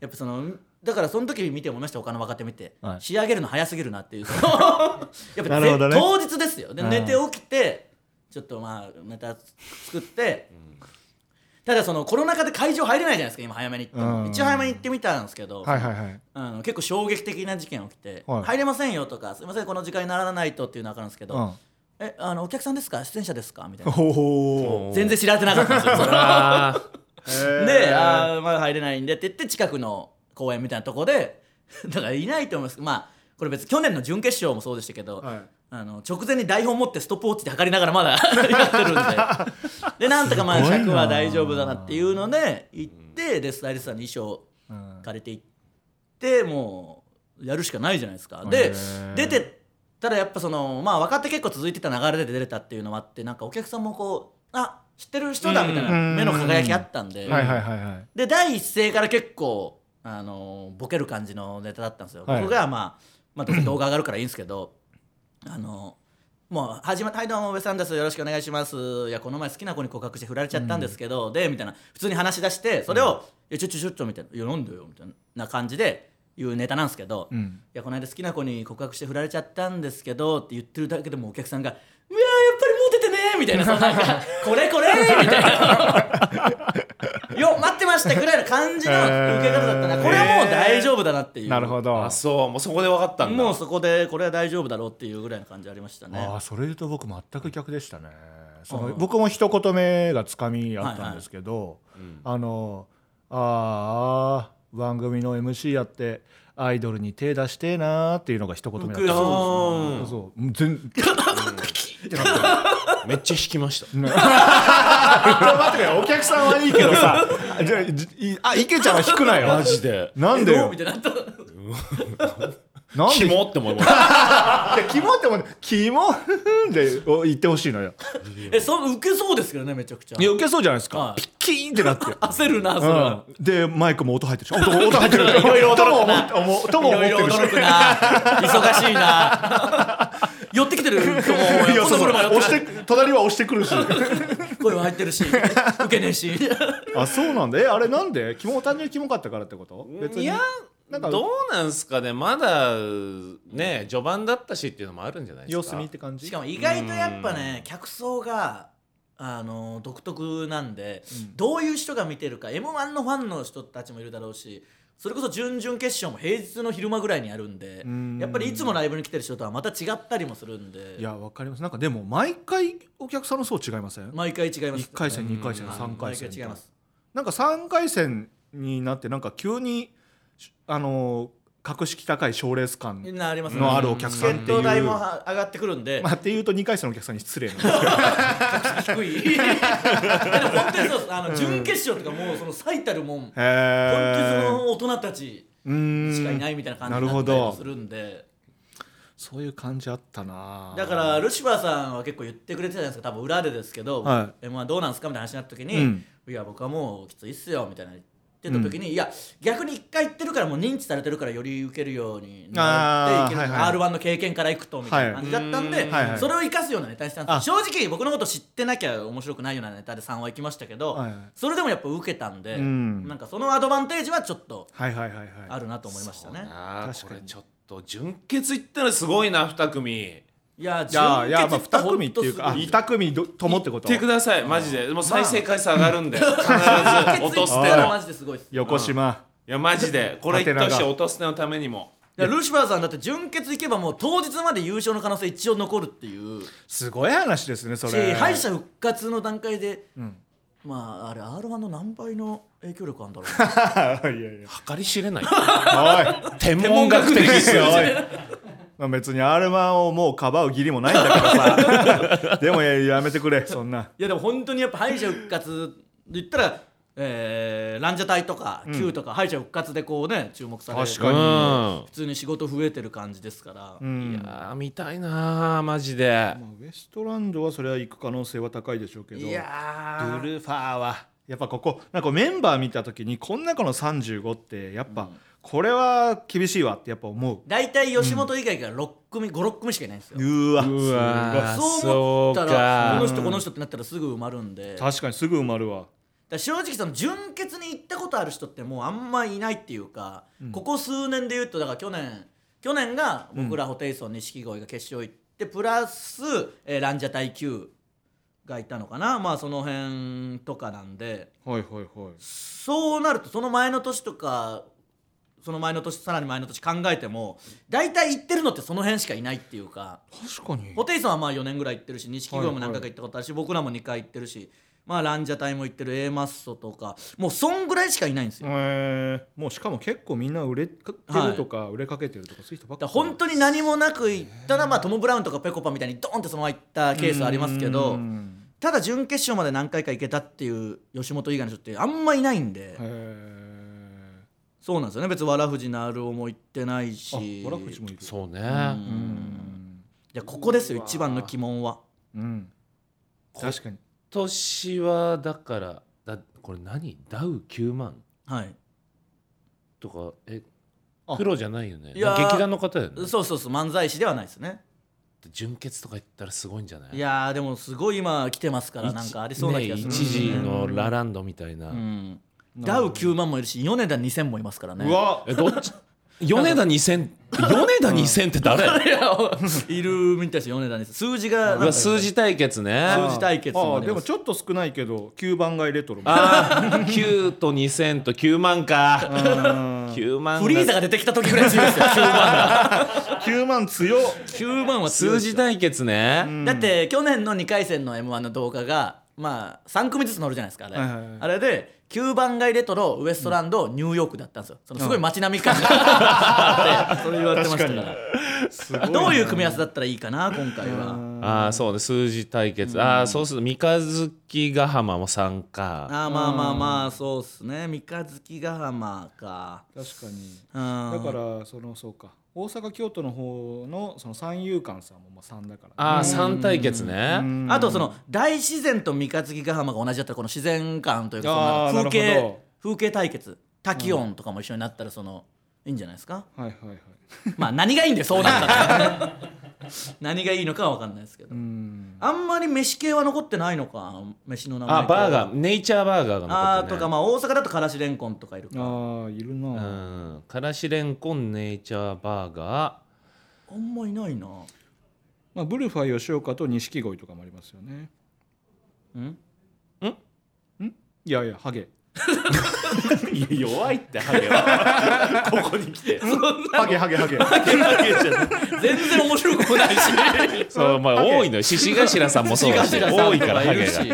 [SPEAKER 3] やっぱそのだからその時見て思いました他の若手見て、
[SPEAKER 4] はい
[SPEAKER 3] 仕上げるの早すぎるなっていう やっぱ、
[SPEAKER 4] なるほどね
[SPEAKER 3] 当日ですよで
[SPEAKER 4] うん
[SPEAKER 3] 寝て起きてちょっとまあネタ作って、ただそのコロナ禍で会場入れないじゃないですか今早めに行っても、
[SPEAKER 4] うん
[SPEAKER 3] 一応早めに行ってみたんですけど、
[SPEAKER 4] はいはいはい
[SPEAKER 3] あの結構衝撃的な事件起きて、
[SPEAKER 4] はい
[SPEAKER 3] 入れませんよとかすいませんこの時間にならないとっていうのは分かるんですけど、
[SPEAKER 4] うん
[SPEAKER 3] えあのお客さんですか出演者ですかみたいな
[SPEAKER 4] おお
[SPEAKER 3] 全然知られてなかったんですよそれ
[SPEAKER 1] あ
[SPEAKER 3] で、あーまだ入れないんでって言って近くの公園みたいなとこで だからいないと思いますまあこれ別に去年の準決勝もそうでしたけど、
[SPEAKER 4] はい
[SPEAKER 3] あの直前に台本持ってストップウォッチで測りながらまだ やってるんででなんとかまあ
[SPEAKER 4] すごいな
[SPEAKER 3] 尺は大丈夫だなっていうので行ってでスタイリストさんに衣装
[SPEAKER 4] うん
[SPEAKER 3] 借りて行ってもうやるしかないじゃないですか。
[SPEAKER 4] へ
[SPEAKER 3] で
[SPEAKER 4] ー
[SPEAKER 3] 出てったらやっぱそのまあ若手結構続いてた流れで出れたっていうのもあってなんかお客さんもこうあ知ってる人だみたいな
[SPEAKER 4] うん
[SPEAKER 3] 目の輝きあったんで。
[SPEAKER 4] はいはいはいはい
[SPEAKER 3] で第一声から結構、あのボケる感じのネタだったんですよ、
[SPEAKER 4] はい
[SPEAKER 3] 僕が、まあ、まあどうせ動画上がるからいいんですけど あのもう始まっはいどうも上さんですよろしくお願いしますいやこの前好きな子に告白して振られちゃったんですけど、でみたいな普通に話し出してそれを「いやちょちょちょちょ」みたいな「いやなんだよ」みたいな感じで言うネタなんですけど、いやこの間好きな子に告白して振られちゃったんですけどって言ってるだけでもお客さんが「いやーや っぱりモテてね」みたいなそのなんか「これこれ」みたいなよ待ってましたぐらいの感じの受け方だったな、
[SPEAKER 4] えー
[SPEAKER 3] これはもう大丈夫だなっていう
[SPEAKER 4] なるほど
[SPEAKER 1] あそうもうそこで分かったんだ
[SPEAKER 3] もうそこでこれは大丈夫だろうっていうぐらいの感じありましたね
[SPEAKER 4] ああそれ言うと僕全く逆でしたねその
[SPEAKER 3] うん
[SPEAKER 4] 僕も一言目がつかみあったんですけど、
[SPEAKER 1] うん
[SPEAKER 4] あのあー番組の MC やってアイドルに手出してーなーっていうのが一言目だった
[SPEAKER 3] 僕
[SPEAKER 4] そ
[SPEAKER 1] あ
[SPEAKER 4] うそううん 全
[SPEAKER 1] ーめっちゃ引きました
[SPEAKER 4] 待ってよお客さんはいいけどさ じゃあじいあ池ちゃんは引くな よ
[SPEAKER 1] マジで
[SPEAKER 4] なん
[SPEAKER 3] ど
[SPEAKER 4] で
[SPEAKER 3] う
[SPEAKER 4] よ
[SPEAKER 3] みたいになった
[SPEAKER 4] なん
[SPEAKER 1] キ
[SPEAKER 4] で
[SPEAKER 1] モって思いました
[SPEAKER 4] いやキモってもキモ でお言ってほしい のよ
[SPEAKER 3] えそう受けそうですけどねめちゃくちゃ
[SPEAKER 4] いや受けそうじゃないですか、
[SPEAKER 3] はい
[SPEAKER 4] ピッキーンってなって
[SPEAKER 3] 焦るなそれは、
[SPEAKER 4] うん、でマイクも音入ってるし音音入ってる
[SPEAKER 3] いろいろ
[SPEAKER 4] と
[SPEAKER 3] 驚
[SPEAKER 4] も
[SPEAKER 3] くな
[SPEAKER 4] 思うとも
[SPEAKER 3] い
[SPEAKER 4] 思っ
[SPEAKER 3] ろ
[SPEAKER 4] て
[SPEAKER 3] いろ
[SPEAKER 4] るし
[SPEAKER 3] 驚くな 忙しいな 寄ってきてると思う
[SPEAKER 4] いや
[SPEAKER 3] よ
[SPEAKER 4] そうそう
[SPEAKER 3] この頃
[SPEAKER 4] 押して隣は押して くるし
[SPEAKER 3] 声は入ってるし受けねえし
[SPEAKER 4] あそうなんだえあれなんでキモ単純にキモかったからってこと別に
[SPEAKER 1] いや
[SPEAKER 4] なんか
[SPEAKER 1] どうなんすかねまだね序盤だったしっていうのもあるんじゃないです
[SPEAKER 4] 様
[SPEAKER 1] か
[SPEAKER 4] 子見って感じ
[SPEAKER 3] しかも意外とやっぱね客層があの独特なんで、どういう人が見てるか m 1のファンの人たちもいるだろうしそれこそ準々決勝も平日の昼間ぐらいにやるんで
[SPEAKER 4] ん
[SPEAKER 3] やっぱりいつもライブに来てる人とはまた違ったりもするんで
[SPEAKER 4] いやわかりますなんかでも毎回お客さんの層違いません、
[SPEAKER 3] 毎回違います
[SPEAKER 4] 一回戦二回戦
[SPEAKER 3] うん
[SPEAKER 4] 三回戦
[SPEAKER 3] 毎回違います
[SPEAKER 4] なんか3回戦になってなんか急にしあのー格式高い賞レース感
[SPEAKER 3] みんなありますね
[SPEAKER 4] のあるお客さんっていう
[SPEAKER 3] チケット代もは上がってくるんで
[SPEAKER 4] まあっていうと2回戦のお客さんに失 礼なんで
[SPEAKER 3] 低いでも本当に そうですあの準決勝とかもうその最たるもん本当にその大人たちしかいないみたいな感じになったりもするんで
[SPEAKER 4] そういう感じあったな
[SPEAKER 3] だからルシファーさんは結構言ってくれてたじゃないですか多分裏でですけど
[SPEAKER 4] は
[SPEAKER 3] 「M‐1 どうなんですか?」みたいな話になった時
[SPEAKER 4] う
[SPEAKER 3] に
[SPEAKER 4] ん
[SPEAKER 3] 「いや僕はもうきついっすよ」みたいな言ってた時にいや逆に一回言ってるからもう認知されてるからより受けるようになっていけ
[SPEAKER 4] あー
[SPEAKER 3] る
[SPEAKER 4] はいはい
[SPEAKER 3] r 1の経験からいくとみたいな感じだったん
[SPEAKER 1] はい
[SPEAKER 3] で
[SPEAKER 1] うん
[SPEAKER 4] はいはい
[SPEAKER 3] それを生かすようなネタにしたんです正直僕のこと知ってなきゃ面白くないようなネタで3話いきましたけど
[SPEAKER 4] はい
[SPEAKER 3] それでもやっぱ受けたんで
[SPEAKER 4] うん
[SPEAKER 3] なんかそのアドバンテージはちょっと
[SPEAKER 4] はいはいはいはい
[SPEAKER 3] あるなと思いましたね。
[SPEAKER 1] あ
[SPEAKER 4] 確
[SPEAKER 1] こ
[SPEAKER 4] かに
[SPEAKER 1] れちょっと純潔いったらすごいな二組
[SPEAKER 3] いや
[SPEAKER 4] じゃあい
[SPEAKER 3] 純
[SPEAKER 4] や
[SPEAKER 3] 潔
[SPEAKER 4] まあ
[SPEAKER 3] って
[SPEAKER 4] 2組っていうかあ
[SPEAKER 3] ほんとすご
[SPEAKER 4] 2組どともってこと
[SPEAKER 1] 言ってくださいマジでもう再生回数上がるん で、必ず
[SPEAKER 3] い
[SPEAKER 1] 落とすて
[SPEAKER 3] 純潔いっ たらマ
[SPEAKER 1] の
[SPEAKER 3] ジですごいです
[SPEAKER 4] 横島
[SPEAKER 1] いやマジでこれ一
[SPEAKER 4] 縦
[SPEAKER 1] 挙して
[SPEAKER 4] 長
[SPEAKER 1] 落とすてのためにも
[SPEAKER 3] いやルシファーさんだって準決行けばもう当日まで優勝の可能性一応残るっていうし
[SPEAKER 4] すごい話ですねそれ
[SPEAKER 3] 敗者復活の段階で、まああれ r 1の何倍の影響力あるんだろ うな
[SPEAKER 4] いやいや
[SPEAKER 1] 計り知れない
[SPEAKER 4] お い
[SPEAKER 1] 天文学的ですよ
[SPEAKER 4] おいまあ別に r 1をもうかばう義理もないんだからさでもいややめてくれそんない
[SPEAKER 3] やでも本当にやっぱ敗者復活で言ったら、えー、ランジャタイとか Q とか敗者復活でこうね注目される
[SPEAKER 1] う
[SPEAKER 4] 確か
[SPEAKER 1] ん
[SPEAKER 4] に
[SPEAKER 3] 普通に仕事増えてる感じですから、
[SPEAKER 4] うん
[SPEAKER 1] いやー見たいなーマジで
[SPEAKER 4] まあウエストランドはそれは行く可能性は高いでしょうけど
[SPEAKER 3] いやー
[SPEAKER 4] ブルーファーはやっぱここなんかメンバー見た時にこん中の35ってやっぱこれは厳しいわってやっぱ思う
[SPEAKER 3] 大体吉本以外が6組56組しかいないんですよ
[SPEAKER 4] うーわ
[SPEAKER 1] うわー
[SPEAKER 3] そう思ったらこの
[SPEAKER 1] そう
[SPEAKER 3] 人
[SPEAKER 1] か
[SPEAKER 3] この人ってなったらすぐ埋まるんで
[SPEAKER 4] 確かにすぐ埋まるわ
[SPEAKER 3] だから正直その純潔に行ったことある人ってもうあんまいないっていうか、ここ数年で言うとだから去年去年が僕らホテイソン錦鯉が決勝行ってプラス、えーランジャタイ Q がいたのかなまあその辺とかなんで
[SPEAKER 4] はいはいはい
[SPEAKER 3] そうなるとその前の年とかその前の年さらに前の年考えても大体行ってるのってその辺しかいないっていうか。
[SPEAKER 4] 確かに
[SPEAKER 3] ホテイソンはまあ4年ぐらい行ってるし錦鯉も何回か行ったことあるし、僕らも2回行ってるしまあランジャタイも行ってる A マッソとかもうそんぐらいしかいないんですよ、
[SPEAKER 4] えー、もうしかも結構みんな売れかけるとか、売れかけてるとかそういう人ばっか
[SPEAKER 3] だから本当に何もなく行ったら、まあ、トム・ブラウンとかペコパみたいにドーンってそのまま行ったケースはありますけ
[SPEAKER 4] う
[SPEAKER 3] ど
[SPEAKER 4] ん
[SPEAKER 3] ただ準決勝まで何回か行けたっていう吉本以外の人ってあんまいないんで、
[SPEAKER 4] へえ
[SPEAKER 3] そうなんですよね別にわらふじなるおも行ってない
[SPEAKER 4] あ
[SPEAKER 3] し
[SPEAKER 4] わらふじもいる
[SPEAKER 1] そうね、
[SPEAKER 3] うんいやここですよ一番の鬼門は
[SPEAKER 4] うん確かに
[SPEAKER 1] 今年はだからだこれ何ダウ9万
[SPEAKER 3] はい
[SPEAKER 1] とかえ
[SPEAKER 4] あ
[SPEAKER 1] プロじゃないよね
[SPEAKER 3] いやー
[SPEAKER 1] 劇団の方だよね
[SPEAKER 3] そうそうそう漫才師ではないですね
[SPEAKER 1] 純潔とか言ったらすごいんじゃない
[SPEAKER 3] いやーでもすごい今来てますからなんかありそうな気がする、
[SPEAKER 1] ね一時のラランドみたいな、
[SPEAKER 3] うんダウ9万もいるし米田2000もいますからね
[SPEAKER 4] うわ
[SPEAKER 1] えどっち米田2000米田2000って誰
[SPEAKER 3] いやいるみたいですよ米田に数字がなん
[SPEAKER 1] う
[SPEAKER 3] か
[SPEAKER 1] わ数字対決ね
[SPEAKER 3] 数字対決も
[SPEAKER 2] あ
[SPEAKER 3] あ
[SPEAKER 2] あ
[SPEAKER 3] り
[SPEAKER 2] で
[SPEAKER 3] ま
[SPEAKER 2] も
[SPEAKER 3] す
[SPEAKER 2] ちょっと少ないけど9番街レトロも
[SPEAKER 1] あー9と2000と9万か9万だ
[SPEAKER 3] フリーザが出てきた時ぐらい強いですよ9万
[SPEAKER 2] 9万強っ
[SPEAKER 3] 9万は強
[SPEAKER 1] 数
[SPEAKER 3] いですよ
[SPEAKER 1] 字対決ね
[SPEAKER 3] だって去年の2回戦の m 1の動画がまあ3組ずつ乗るじゃないですかあれ、
[SPEAKER 2] はいはいはい
[SPEAKER 3] あれで9番街レトロウエストランド、ニューヨークだったんですよそのすごい街並み感があ ってそれ言われてましたからどういう組み合わせだったらいいかな今回は
[SPEAKER 1] ああそうね数字対決ああそうすると三日月ヶ浜も参加
[SPEAKER 3] あーまあまあまあそうっすね三日月ヶ浜か
[SPEAKER 2] 確かに
[SPEAKER 3] うん
[SPEAKER 2] だからそのそうか大阪京都の方のその三遊館さんもまあ3だから
[SPEAKER 1] ああ3対決ね
[SPEAKER 3] あとその大自然と三日月ヶ浜が同じだったらこの自然感というか
[SPEAKER 2] あー
[SPEAKER 3] その風
[SPEAKER 2] なる
[SPEAKER 3] 景
[SPEAKER 2] ほど
[SPEAKER 3] 風景対決滝音とかも一緒になったらそのいいんじゃないですか
[SPEAKER 2] はいはいはい
[SPEAKER 3] まあ何がいいんでそうなった ら何がいいのかは分かんないですけど
[SPEAKER 2] うん
[SPEAKER 3] あんまり飯系は残ってないのか飯の名前
[SPEAKER 1] あバーガ
[SPEAKER 3] ー
[SPEAKER 1] ーネイチャーバーガーが
[SPEAKER 3] あ
[SPEAKER 1] 残っ
[SPEAKER 3] ー
[SPEAKER 1] て
[SPEAKER 3] と
[SPEAKER 1] る
[SPEAKER 3] か
[SPEAKER 1] ね
[SPEAKER 3] まあ大阪だとからしれんこんとかいるか
[SPEAKER 2] ああいる
[SPEAKER 1] う
[SPEAKER 2] な、
[SPEAKER 1] んからしれんこんネイチャーバーガ
[SPEAKER 3] あんまいな いな
[SPEAKER 2] まあ、ブルファイ吉岡と錦鯉とかもありますよね
[SPEAKER 3] うん
[SPEAKER 2] いやいやハ ゲ
[SPEAKER 1] ー弱いってハゲはここに来て
[SPEAKER 4] ハゲハゲハゲ。
[SPEAKER 3] 全然面白くもないし
[SPEAKER 1] そうまあ多いのよ獅子頭さんもそうだし
[SPEAKER 3] 東さん
[SPEAKER 1] 多い
[SPEAKER 3] と
[SPEAKER 1] からハ
[SPEAKER 3] い
[SPEAKER 1] ゲが
[SPEAKER 3] るし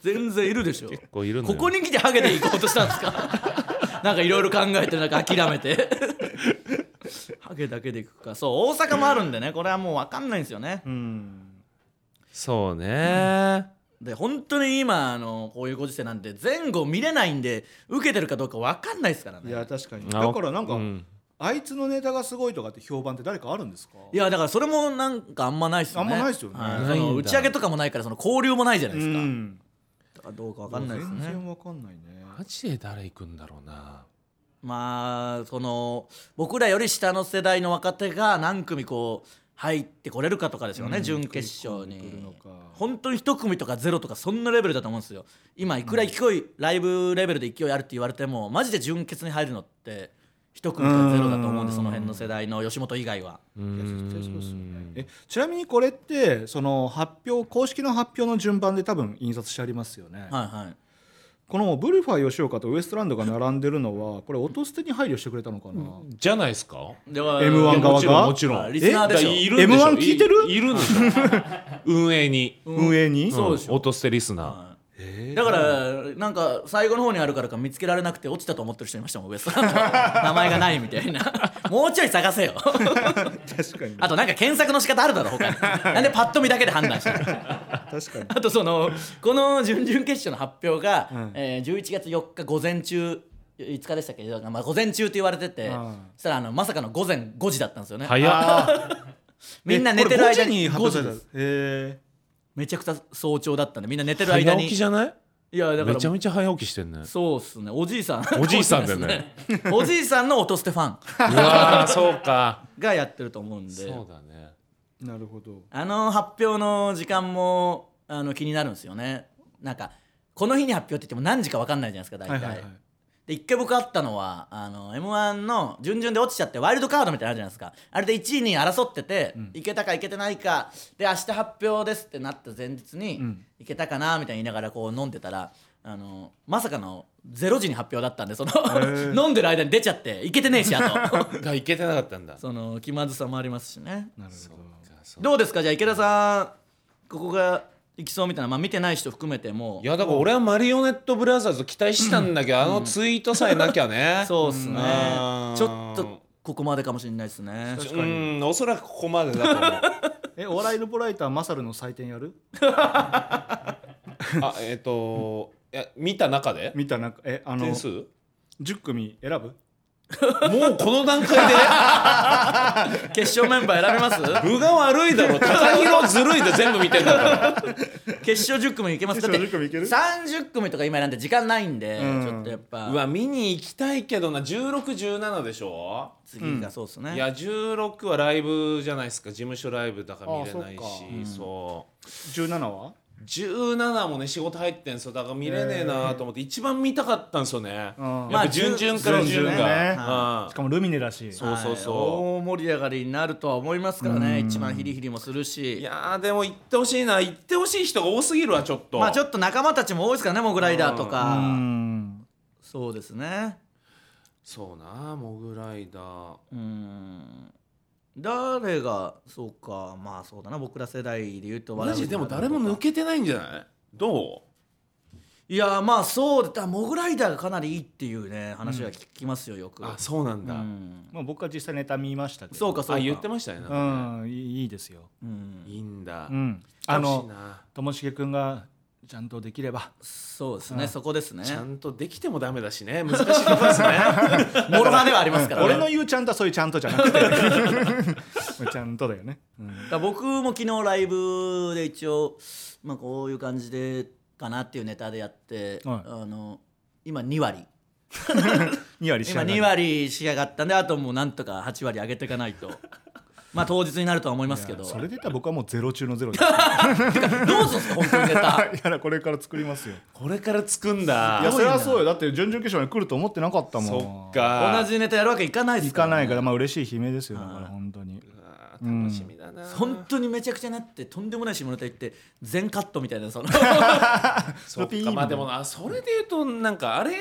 [SPEAKER 3] 全然いるでしょ
[SPEAKER 1] こういるの
[SPEAKER 3] こ
[SPEAKER 1] よ
[SPEAKER 3] こに来てハゲで行こうとしたんですか なんかいろいろ考えてなんか諦め てハゲだけで行くかそう大阪もあるんでねこれはもう分かんないんですよね
[SPEAKER 2] うん
[SPEAKER 1] そうね
[SPEAKER 3] で本当に今あのこういうご時世なんで前後見れないんで受けてるかどうか分かんないですからね
[SPEAKER 2] い
[SPEAKER 3] いや
[SPEAKER 2] や確かに
[SPEAKER 1] あ
[SPEAKER 2] だからなんか、
[SPEAKER 1] うん
[SPEAKER 2] あいつのネタがすごいとかって評判って誰かあるんですか
[SPEAKER 3] だからそれもなんかあんまないっすよね
[SPEAKER 2] あんまないっすよね
[SPEAKER 3] は
[SPEAKER 1] ないんだ
[SPEAKER 3] その打ち上げとかもないからその交流もないじゃないですか,、
[SPEAKER 2] ん、
[SPEAKER 3] だからどうか分かんないです
[SPEAKER 2] 全
[SPEAKER 3] ね
[SPEAKER 2] 然わかんないね
[SPEAKER 1] マジで誰行くんだろうな
[SPEAKER 3] まあその僕らより下の世代の若手が何組こう入ってこれるかとかですよね、準決勝
[SPEAKER 2] 組んでくるの
[SPEAKER 3] に
[SPEAKER 2] か
[SPEAKER 3] 本当に一組とかゼロとかそんなレベルだと思うんですよ今いくら勢い、ライブレベルで勢いあるって言われてもマジで準決に入るのって一組とかゼロだと思うんでその辺の世代の吉本以外は。
[SPEAKER 1] う
[SPEAKER 2] いや絶対
[SPEAKER 1] ん
[SPEAKER 2] そうですよねえちなみにこれってその発表公式の発表の順番で多分印刷してありますよね、
[SPEAKER 3] はいはい
[SPEAKER 2] このブルファー吉岡とウエストランドが並んでるのはこれ音捨てに配慮してくれたのかな、
[SPEAKER 1] じゃないですか
[SPEAKER 2] M1 側が
[SPEAKER 1] もちろんもちろ
[SPEAKER 3] あ
[SPEAKER 1] ん
[SPEAKER 3] リスナーでしょ
[SPEAKER 1] えいるんでしょ
[SPEAKER 2] M1 聞いてる
[SPEAKER 1] いいるんでしょ 運営に
[SPEAKER 2] 運営に、
[SPEAKER 3] そうでしょ
[SPEAKER 1] ん音捨てリスナ
[SPEAKER 3] はいだからなんか最後の方にあるからか見つけられなくて落ちたと思ってる人いましたもんウエストランド名前がないみたいな もうちょい探せよ
[SPEAKER 2] 確かに
[SPEAKER 3] あとなんか検索の仕方あるだ ろ他になんでパッと見だけで判断してる
[SPEAKER 2] 確かに
[SPEAKER 3] あとそのこの準々決勝の発表が、えー11月4日午前中5日でしたっけ、まあ、午前中って言われてて、
[SPEAKER 2] うん
[SPEAKER 3] そしたらあのまさかの午前5時だったんですよね
[SPEAKER 1] ー早っ
[SPEAKER 3] みんな寝てる間
[SPEAKER 2] えこれ5時に
[SPEAKER 3] に5
[SPEAKER 2] 発表
[SPEAKER 3] 時
[SPEAKER 2] された
[SPEAKER 3] で
[SPEAKER 2] へ
[SPEAKER 3] す
[SPEAKER 2] え
[SPEAKER 3] めちゃくちゃ早朝だったんでみんな寝てる間
[SPEAKER 1] 早
[SPEAKER 3] に
[SPEAKER 1] 起きじゃない
[SPEAKER 3] いやだか
[SPEAKER 1] めちゃ
[SPEAKER 3] ら
[SPEAKER 1] めちゃ早起きしてんね
[SPEAKER 3] そうっすねおじいさん
[SPEAKER 1] おじいさんだよね
[SPEAKER 3] おじいさんの音捨てファン
[SPEAKER 1] うわーそうか
[SPEAKER 3] がやってると思うんで
[SPEAKER 1] そうだね
[SPEAKER 2] なるほど
[SPEAKER 3] あの発表の時間もあの気になるんですよねなんかこの日に発表って言っても何時か分かんないじゃないですか大
[SPEAKER 2] は
[SPEAKER 3] 体、
[SPEAKER 2] いはいはい
[SPEAKER 3] で一回僕あったのはあの m 1の準々で落ちちゃってワイルドカードみたいなのあるじゃないですかあれで1位に争ってて、いけたかいけてないかで明日発表ですってなった前日に、いけたかなみたいに言いながらこう飲んでたらあのまさかの0時に発表だったんでその 飲んでる間に出ちゃっていけてねえしあと
[SPEAKER 1] が行けてなかったんだ
[SPEAKER 3] その気まずさもありますしね
[SPEAKER 2] なるほど
[SPEAKER 3] どうですかじゃあ池田さんここが行きそうみたいな、まあ、見てない人含めても
[SPEAKER 1] いやだから俺はマリオネットブラザーズ期待してたんだけどあのツイートさえなきゃね
[SPEAKER 3] そうっすね
[SPEAKER 1] うん
[SPEAKER 3] ちょっとここまでかもしれないですね
[SPEAKER 2] 確
[SPEAKER 1] う
[SPEAKER 2] かに
[SPEAKER 1] んおそらくここまでだと思う
[SPEAKER 2] えお笑いのボライターマサルの採点やる
[SPEAKER 1] あえっ、といや見た中で
[SPEAKER 2] 見たなんかえあの
[SPEAKER 1] 点数
[SPEAKER 2] 10組選ぶ
[SPEAKER 1] もうこの段階で
[SPEAKER 3] 決勝メンバー選べます
[SPEAKER 1] 部が悪いだろ高広ずるいで全部見てんだから
[SPEAKER 3] 決勝10組いけますだって
[SPEAKER 2] 決勝10組いける
[SPEAKER 3] 30組とか今なんて時間ないんで、
[SPEAKER 2] うん
[SPEAKER 3] ちょっとやっぱ
[SPEAKER 1] うわ見に行きたいけどな1617でしょ
[SPEAKER 3] 次がそうですね、
[SPEAKER 1] いや16はライブじゃないですか事務所ライブだから見れないし
[SPEAKER 2] あそ
[SPEAKER 1] そう
[SPEAKER 2] 17は
[SPEAKER 1] う17もね仕事入ってんすよだから見れねえなと思って一番見たかったんですよね、
[SPEAKER 4] ん
[SPEAKER 1] やっぱ準々から
[SPEAKER 4] 準
[SPEAKER 1] 順
[SPEAKER 4] 々
[SPEAKER 1] が、
[SPEAKER 4] ね
[SPEAKER 1] うん
[SPEAKER 4] しかもルミネだし
[SPEAKER 1] そうそうそう、
[SPEAKER 3] はい大盛り上がりになるとは思いますからね一番ヒリヒリもする
[SPEAKER 1] い、
[SPEAKER 3] し
[SPEAKER 1] やーでも行ってほしいな行ってほしい人が多すぎるわちょっと
[SPEAKER 3] まあちょっと仲間たちも多いですからねモグライダーと
[SPEAKER 4] う
[SPEAKER 3] か
[SPEAKER 4] ん
[SPEAKER 3] そうですね
[SPEAKER 1] そうなモグライダー
[SPEAKER 3] うん誰がそうかまあそうだな僕ら世代で言うと
[SPEAKER 1] マジでも誰も
[SPEAKER 3] 抜
[SPEAKER 1] 抜けてないんじゃないど
[SPEAKER 3] いやまあそうだモグライダーがかなりいいっていうね話は聞きますよよ
[SPEAKER 1] う
[SPEAKER 3] く
[SPEAKER 1] あそうなんだ、
[SPEAKER 3] うん
[SPEAKER 4] まあ僕は実際ネタ見ましたけど
[SPEAKER 3] そうかそう
[SPEAKER 1] あ
[SPEAKER 3] か
[SPEAKER 1] 言ってましたねなん
[SPEAKER 4] う
[SPEAKER 1] かね
[SPEAKER 4] んいいいいですよ
[SPEAKER 3] うん
[SPEAKER 1] いいんだ、
[SPEAKER 4] うんあ
[SPEAKER 1] あの
[SPEAKER 4] のともしげくんがちゃんとできれば
[SPEAKER 3] そうですねそこですね
[SPEAKER 1] ちゃんとできてもダメだしね難しいとこですね
[SPEAKER 3] モロハではありま すからね
[SPEAKER 4] 俺の言うちゃんとはそういうちゃんとじゃなくて ちゃんとだよね、うん
[SPEAKER 3] だから僕も昨日ライブで一応、まあ、こういう感じでかなっていうネタでやって、
[SPEAKER 4] はい
[SPEAKER 3] あの今2割
[SPEAKER 4] 2割し
[SPEAKER 3] 今
[SPEAKER 4] な
[SPEAKER 3] 2割仕上がったんであともうなんとか8割上げていか ないとまあ当日になるとは思いますけど
[SPEAKER 4] それで言ったら僕はもうゼロ中のゼロで すい
[SPEAKER 3] どうするんですか本当 にネタ
[SPEAKER 4] やこれから作りますよ
[SPEAKER 1] これからつくん
[SPEAKER 4] いや
[SPEAKER 1] だ
[SPEAKER 4] それはそうよだって準々決勝に来ると思ってなかったもん
[SPEAKER 1] そっか
[SPEAKER 3] 同じネタやるわけいかないです
[SPEAKER 4] 行かない
[SPEAKER 3] か
[SPEAKER 4] からまあ嬉しい悲鳴ですよだから本当に
[SPEAKER 1] あー楽しみだな、
[SPEAKER 3] ら本当にめちゃくちゃなってとんでもない下ネタ言って全カットみたいなその
[SPEAKER 1] そっ
[SPEAKER 4] ピーン
[SPEAKER 1] か
[SPEAKER 4] みたいな
[SPEAKER 1] まあでもなあそれで言うとなんかあれ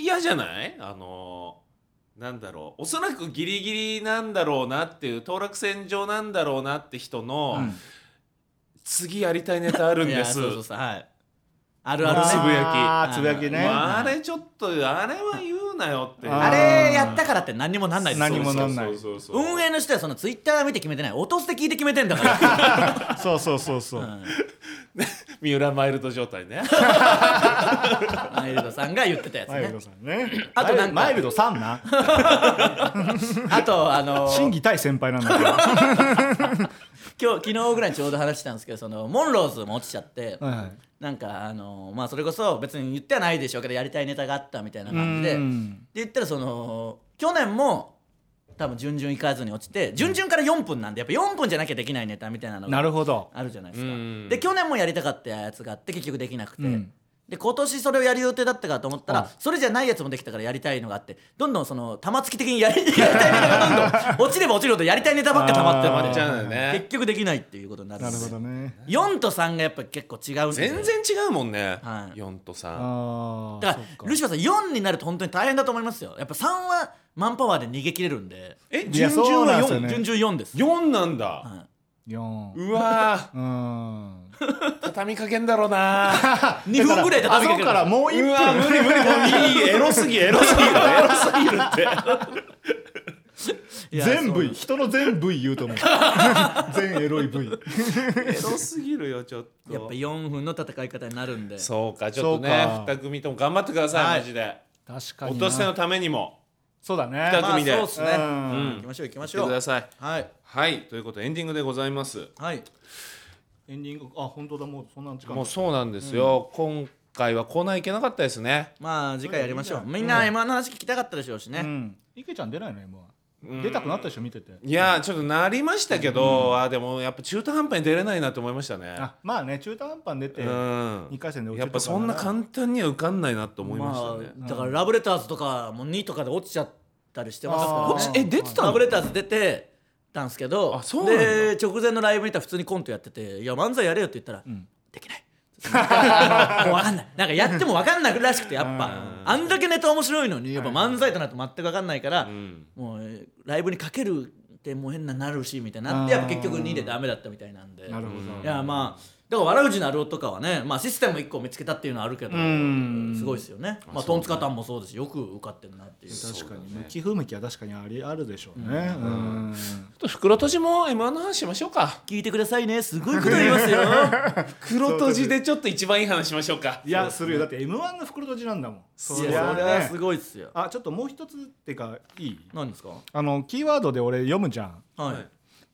[SPEAKER 1] 嫌じゃないあのなんだろうおそらくギリギリなんだろうなっていう当落線上なんだろうなって人の、次やりたいネタあるん
[SPEAKER 3] い
[SPEAKER 1] で
[SPEAKER 3] や
[SPEAKER 1] す
[SPEAKER 3] そうそうそうはいあるあるね
[SPEAKER 1] つぶやき
[SPEAKER 4] あーつぶやきね
[SPEAKER 1] まあ、あれちょっとあれは言うなよって
[SPEAKER 3] あ
[SPEAKER 4] あ
[SPEAKER 3] れやったからって何にもなんないです
[SPEAKER 4] 何にもなんない
[SPEAKER 1] そうそうそうそう
[SPEAKER 3] 運営の人はそのツイッター見て決めてない落として聞いて決めてんだ か
[SPEAKER 4] そうそうそうそう、
[SPEAKER 3] ら、うん、
[SPEAKER 1] 三浦マイルド状態ね
[SPEAKER 3] マイルドさんが言ってたやつ
[SPEAKER 4] マイル
[SPEAKER 3] ね
[SPEAKER 4] ドさんね
[SPEAKER 3] あとなんか
[SPEAKER 4] マイルドさんな
[SPEAKER 3] あとあの
[SPEAKER 4] 審
[SPEAKER 3] 今日
[SPEAKER 4] 議対先輩なんだけどは
[SPEAKER 3] 昨日ぐらいにちょうど話してたんですけどそのモンローズも落ちちゃって、
[SPEAKER 4] いはい
[SPEAKER 3] なんかあのまあそれこそ別に言ってはないでしょうけどやりたいネタがあったみたいな感じで
[SPEAKER 4] う
[SPEAKER 3] で
[SPEAKER 4] ん
[SPEAKER 3] 言ったらその去年も多分準々行かずに落ちて準々から4分なんでやっぱ4分じゃなきゃできないネタみたいなのが
[SPEAKER 4] なるほど
[SPEAKER 3] あるじゃないですか、
[SPEAKER 1] うん
[SPEAKER 3] で去年もやりたかったやつがあって結局できなくて、
[SPEAKER 4] うん
[SPEAKER 3] で今年それをやる予定だったかと思ったら、
[SPEAKER 4] うん
[SPEAKER 3] それじゃないやつもできたからやりたいのがあってどんどんその玉突き的にやりやりたいネタがど んどん落ちれば落ちるほどやりたいネタばっか溜まってま
[SPEAKER 1] あ
[SPEAKER 3] で
[SPEAKER 1] っちゃうんだよ
[SPEAKER 3] 結
[SPEAKER 1] ね
[SPEAKER 3] 局できないっていうことになるん
[SPEAKER 4] な
[SPEAKER 3] で
[SPEAKER 4] るほどね
[SPEAKER 3] 4と3がやっぱ結構違うんですよ
[SPEAKER 1] 全然違うもんね、
[SPEAKER 3] はい
[SPEAKER 1] 4と3
[SPEAKER 4] あ
[SPEAKER 3] だ
[SPEAKER 4] あ
[SPEAKER 3] か
[SPEAKER 4] そっ
[SPEAKER 3] らルシファーさん4になると本当に大変だと思いますよやっぱ3はマンパワーで逃げ切れるんで
[SPEAKER 1] え
[SPEAKER 4] いや
[SPEAKER 1] 順々
[SPEAKER 4] そうなん
[SPEAKER 1] は
[SPEAKER 4] ですよ
[SPEAKER 1] 4?4
[SPEAKER 4] ね
[SPEAKER 3] 準々4です、
[SPEAKER 1] なんだ、
[SPEAKER 3] は
[SPEAKER 4] 四
[SPEAKER 1] うわ
[SPEAKER 4] うーん
[SPEAKER 1] ー畳みかけんだろうなー
[SPEAKER 3] い、2分ぐらいで
[SPEAKER 4] あ
[SPEAKER 3] 畳みか
[SPEAKER 4] そう
[SPEAKER 3] け
[SPEAKER 4] から
[SPEAKER 3] る
[SPEAKER 4] もう一
[SPEAKER 1] うわー無理無理もういいエロすぎエロす ぎるエロすぎるって
[SPEAKER 3] いや
[SPEAKER 4] 全
[SPEAKER 3] そう
[SPEAKER 4] 部人の全部言う と思う全エロい部位
[SPEAKER 1] エロすぎるよちょっと
[SPEAKER 3] やっぱ4分の戦い方になるんで
[SPEAKER 1] そうかちょっとね
[SPEAKER 4] そうか
[SPEAKER 1] 2組とも頑張ってください、
[SPEAKER 3] はい
[SPEAKER 1] マジで
[SPEAKER 4] 確か
[SPEAKER 1] お
[SPEAKER 4] に
[SPEAKER 1] 年のためにも
[SPEAKER 4] そうだね
[SPEAKER 1] 二
[SPEAKER 3] まあ、
[SPEAKER 1] 組で
[SPEAKER 3] そうっすね。
[SPEAKER 4] う
[SPEAKER 3] 行
[SPEAKER 4] ん
[SPEAKER 1] ん
[SPEAKER 3] きましょう行きまし
[SPEAKER 1] 言って
[SPEAKER 3] ょ
[SPEAKER 1] くだ
[SPEAKER 3] う。
[SPEAKER 1] さい
[SPEAKER 3] はい
[SPEAKER 1] はいということでエンディングでございます
[SPEAKER 3] はい。
[SPEAKER 4] エンディングあ本当だもうそんな時間
[SPEAKER 1] もうそうなんですよ、今回はコーナー行けなかったですね
[SPEAKER 3] まあ次回やりましょう。
[SPEAKER 4] うん
[SPEAKER 3] みんな M1 の話聞きたかったでしょうし
[SPEAKER 4] う
[SPEAKER 3] ね。
[SPEAKER 4] ん池ちゃん出ないの M1 出たくなったでしょ見てて
[SPEAKER 1] いやーちょっとなりましたけど、あーでもやっぱ中途半端に出れないなと思いましたね
[SPEAKER 4] あまあね中途半端に出て
[SPEAKER 1] うん
[SPEAKER 4] 二回戦で落ち
[SPEAKER 1] やっ
[SPEAKER 4] ると
[SPEAKER 1] ぱ
[SPEAKER 4] か
[SPEAKER 1] そんな簡単には受かんないなと思いましたね、
[SPEAKER 3] あだからラブレターズとかも2とかで落ちちゃったりしてます
[SPEAKER 4] あ
[SPEAKER 3] か
[SPEAKER 4] ー
[SPEAKER 3] ら、
[SPEAKER 1] 落ちえ出てたの
[SPEAKER 3] ラブレターズ出てたんですけど、
[SPEAKER 1] あそうなんだ
[SPEAKER 3] で直前のライブにいたら普通にコントやってて、いや漫才やれよって言ったら、できない。 もう分かんないなんかやっても分かんなくらしくてやっぱあんだけネタ面白いのにやっぱ漫才となると全く分かんないから、
[SPEAKER 1] うん
[SPEAKER 3] もうえーライブにかけるってもう変ななるしみたいになってやっぱ結局2でダメだったみたいなんで
[SPEAKER 4] なるほど
[SPEAKER 3] いやまあだから悪口なるおとかはね、まあ、システム1個見つけたっていうのはあるけど
[SPEAKER 4] ん
[SPEAKER 3] すごいですよねまあトンツカタンもそうですしよく受かってるなっていう
[SPEAKER 4] 確かにね寄付向きは確かにありあるでしょうねうん
[SPEAKER 1] ちょっと袋閉じも M1 の話しましょうか
[SPEAKER 3] 聞いてくださいねすごいこと言い ますよ
[SPEAKER 1] 袋閉じでちょっと一番いい話しましょうか
[SPEAKER 4] いやするよだって M1 の袋閉じなんだもん
[SPEAKER 3] い
[SPEAKER 4] りゃ
[SPEAKER 3] やそれはす
[SPEAKER 4] ね
[SPEAKER 3] ごいっすよ
[SPEAKER 4] あちょっともう一つってかいい
[SPEAKER 3] 何ですか
[SPEAKER 4] あのキーワードで俺読むじゃん
[SPEAKER 3] はい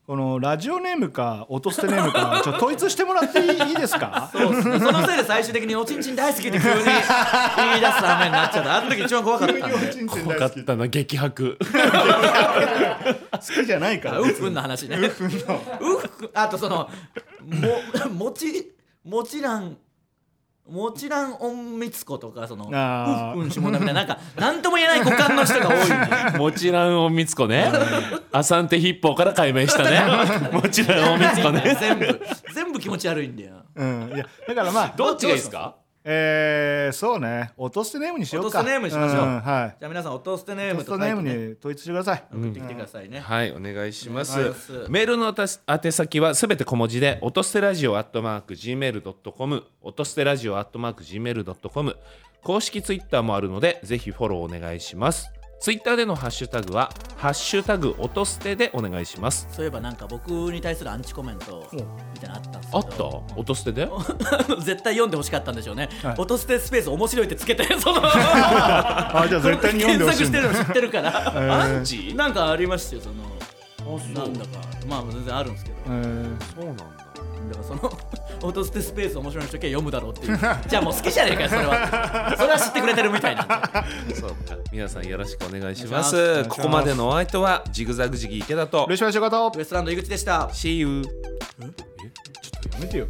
[SPEAKER 4] このラジオネームか音捨てネームかちょっと統一してもらっていいいいですか
[SPEAKER 3] そうっすねそのせいで最終的におちんちん大好きって急に言 い出すためになっちゃったあの時一番怖かったんで
[SPEAKER 1] 怖かったな激 白
[SPEAKER 4] 好きじゃないか
[SPEAKER 3] あ
[SPEAKER 4] ら
[SPEAKER 3] ウッフンの話ねウッフンあとそのも 餅もちろんもちろん隠密子とかその
[SPEAKER 2] あー
[SPEAKER 3] うんうん下田みたいななんか何とも言えない股間の人が多い んで
[SPEAKER 1] もちろんおみつこねアサンテヒッポーから解明した ねもちろんおみつこね
[SPEAKER 3] 全部全部気持ち悪いんだよ
[SPEAKER 2] うん、いやだからまあ
[SPEAKER 1] どっちがいいですか
[SPEAKER 2] えー、そうね落としてネームにしようか
[SPEAKER 3] 落とすネームにしましょうん
[SPEAKER 2] はい
[SPEAKER 3] じゃあ皆さん音捨てネー
[SPEAKER 2] 落
[SPEAKER 3] ム
[SPEAKER 2] と
[SPEAKER 3] と書
[SPEAKER 2] すネ
[SPEAKER 3] い
[SPEAKER 2] ー
[SPEAKER 3] て、
[SPEAKER 2] ム
[SPEAKER 3] ね、
[SPEAKER 2] に統一してください、
[SPEAKER 3] 送ってきてくださいね、
[SPEAKER 1] はいお願いします
[SPEAKER 3] お願いします
[SPEAKER 1] メールのたし宛先はすべて小文字で音捨てラジオアットマーク Gmail.com 音捨てラジオアットマーク Gmail.com 公式ツイッターもあるのでぜひフォローお願いしますツイッターでのハッシュタグはハッシュタグ音捨てでお願いします
[SPEAKER 3] そういえばなんか僕に対するアンチコメントみたいなのあったんですけ
[SPEAKER 1] あ
[SPEAKER 3] ど
[SPEAKER 1] った音捨てで
[SPEAKER 3] 絶対読んでほしかったんでしょうね、
[SPEAKER 2] はい
[SPEAKER 3] 音捨てスペース面白いってつけて その
[SPEAKER 2] あじゃあ絶対に読んでほしい
[SPEAKER 3] 検索してるの知ってるから
[SPEAKER 1] アンチ
[SPEAKER 3] なんかありましたよその
[SPEAKER 1] う
[SPEAKER 3] なんだかまあ全然あるんですけど、
[SPEAKER 2] えー
[SPEAKER 1] そうなんだ
[SPEAKER 3] だからその 音捨てスペース面白い人系読むだろうっていうじゃあもう好きじゃねえかよそれはそれは知ってくれてるみたいなんで
[SPEAKER 1] そうか皆さんよろしくお願いしま
[SPEAKER 3] お願
[SPEAKER 1] すここまでのお相手はジグザグジギー池田と
[SPEAKER 2] ルシファー仕事
[SPEAKER 3] ウエストランド井口でした
[SPEAKER 1] See you
[SPEAKER 2] やめてよ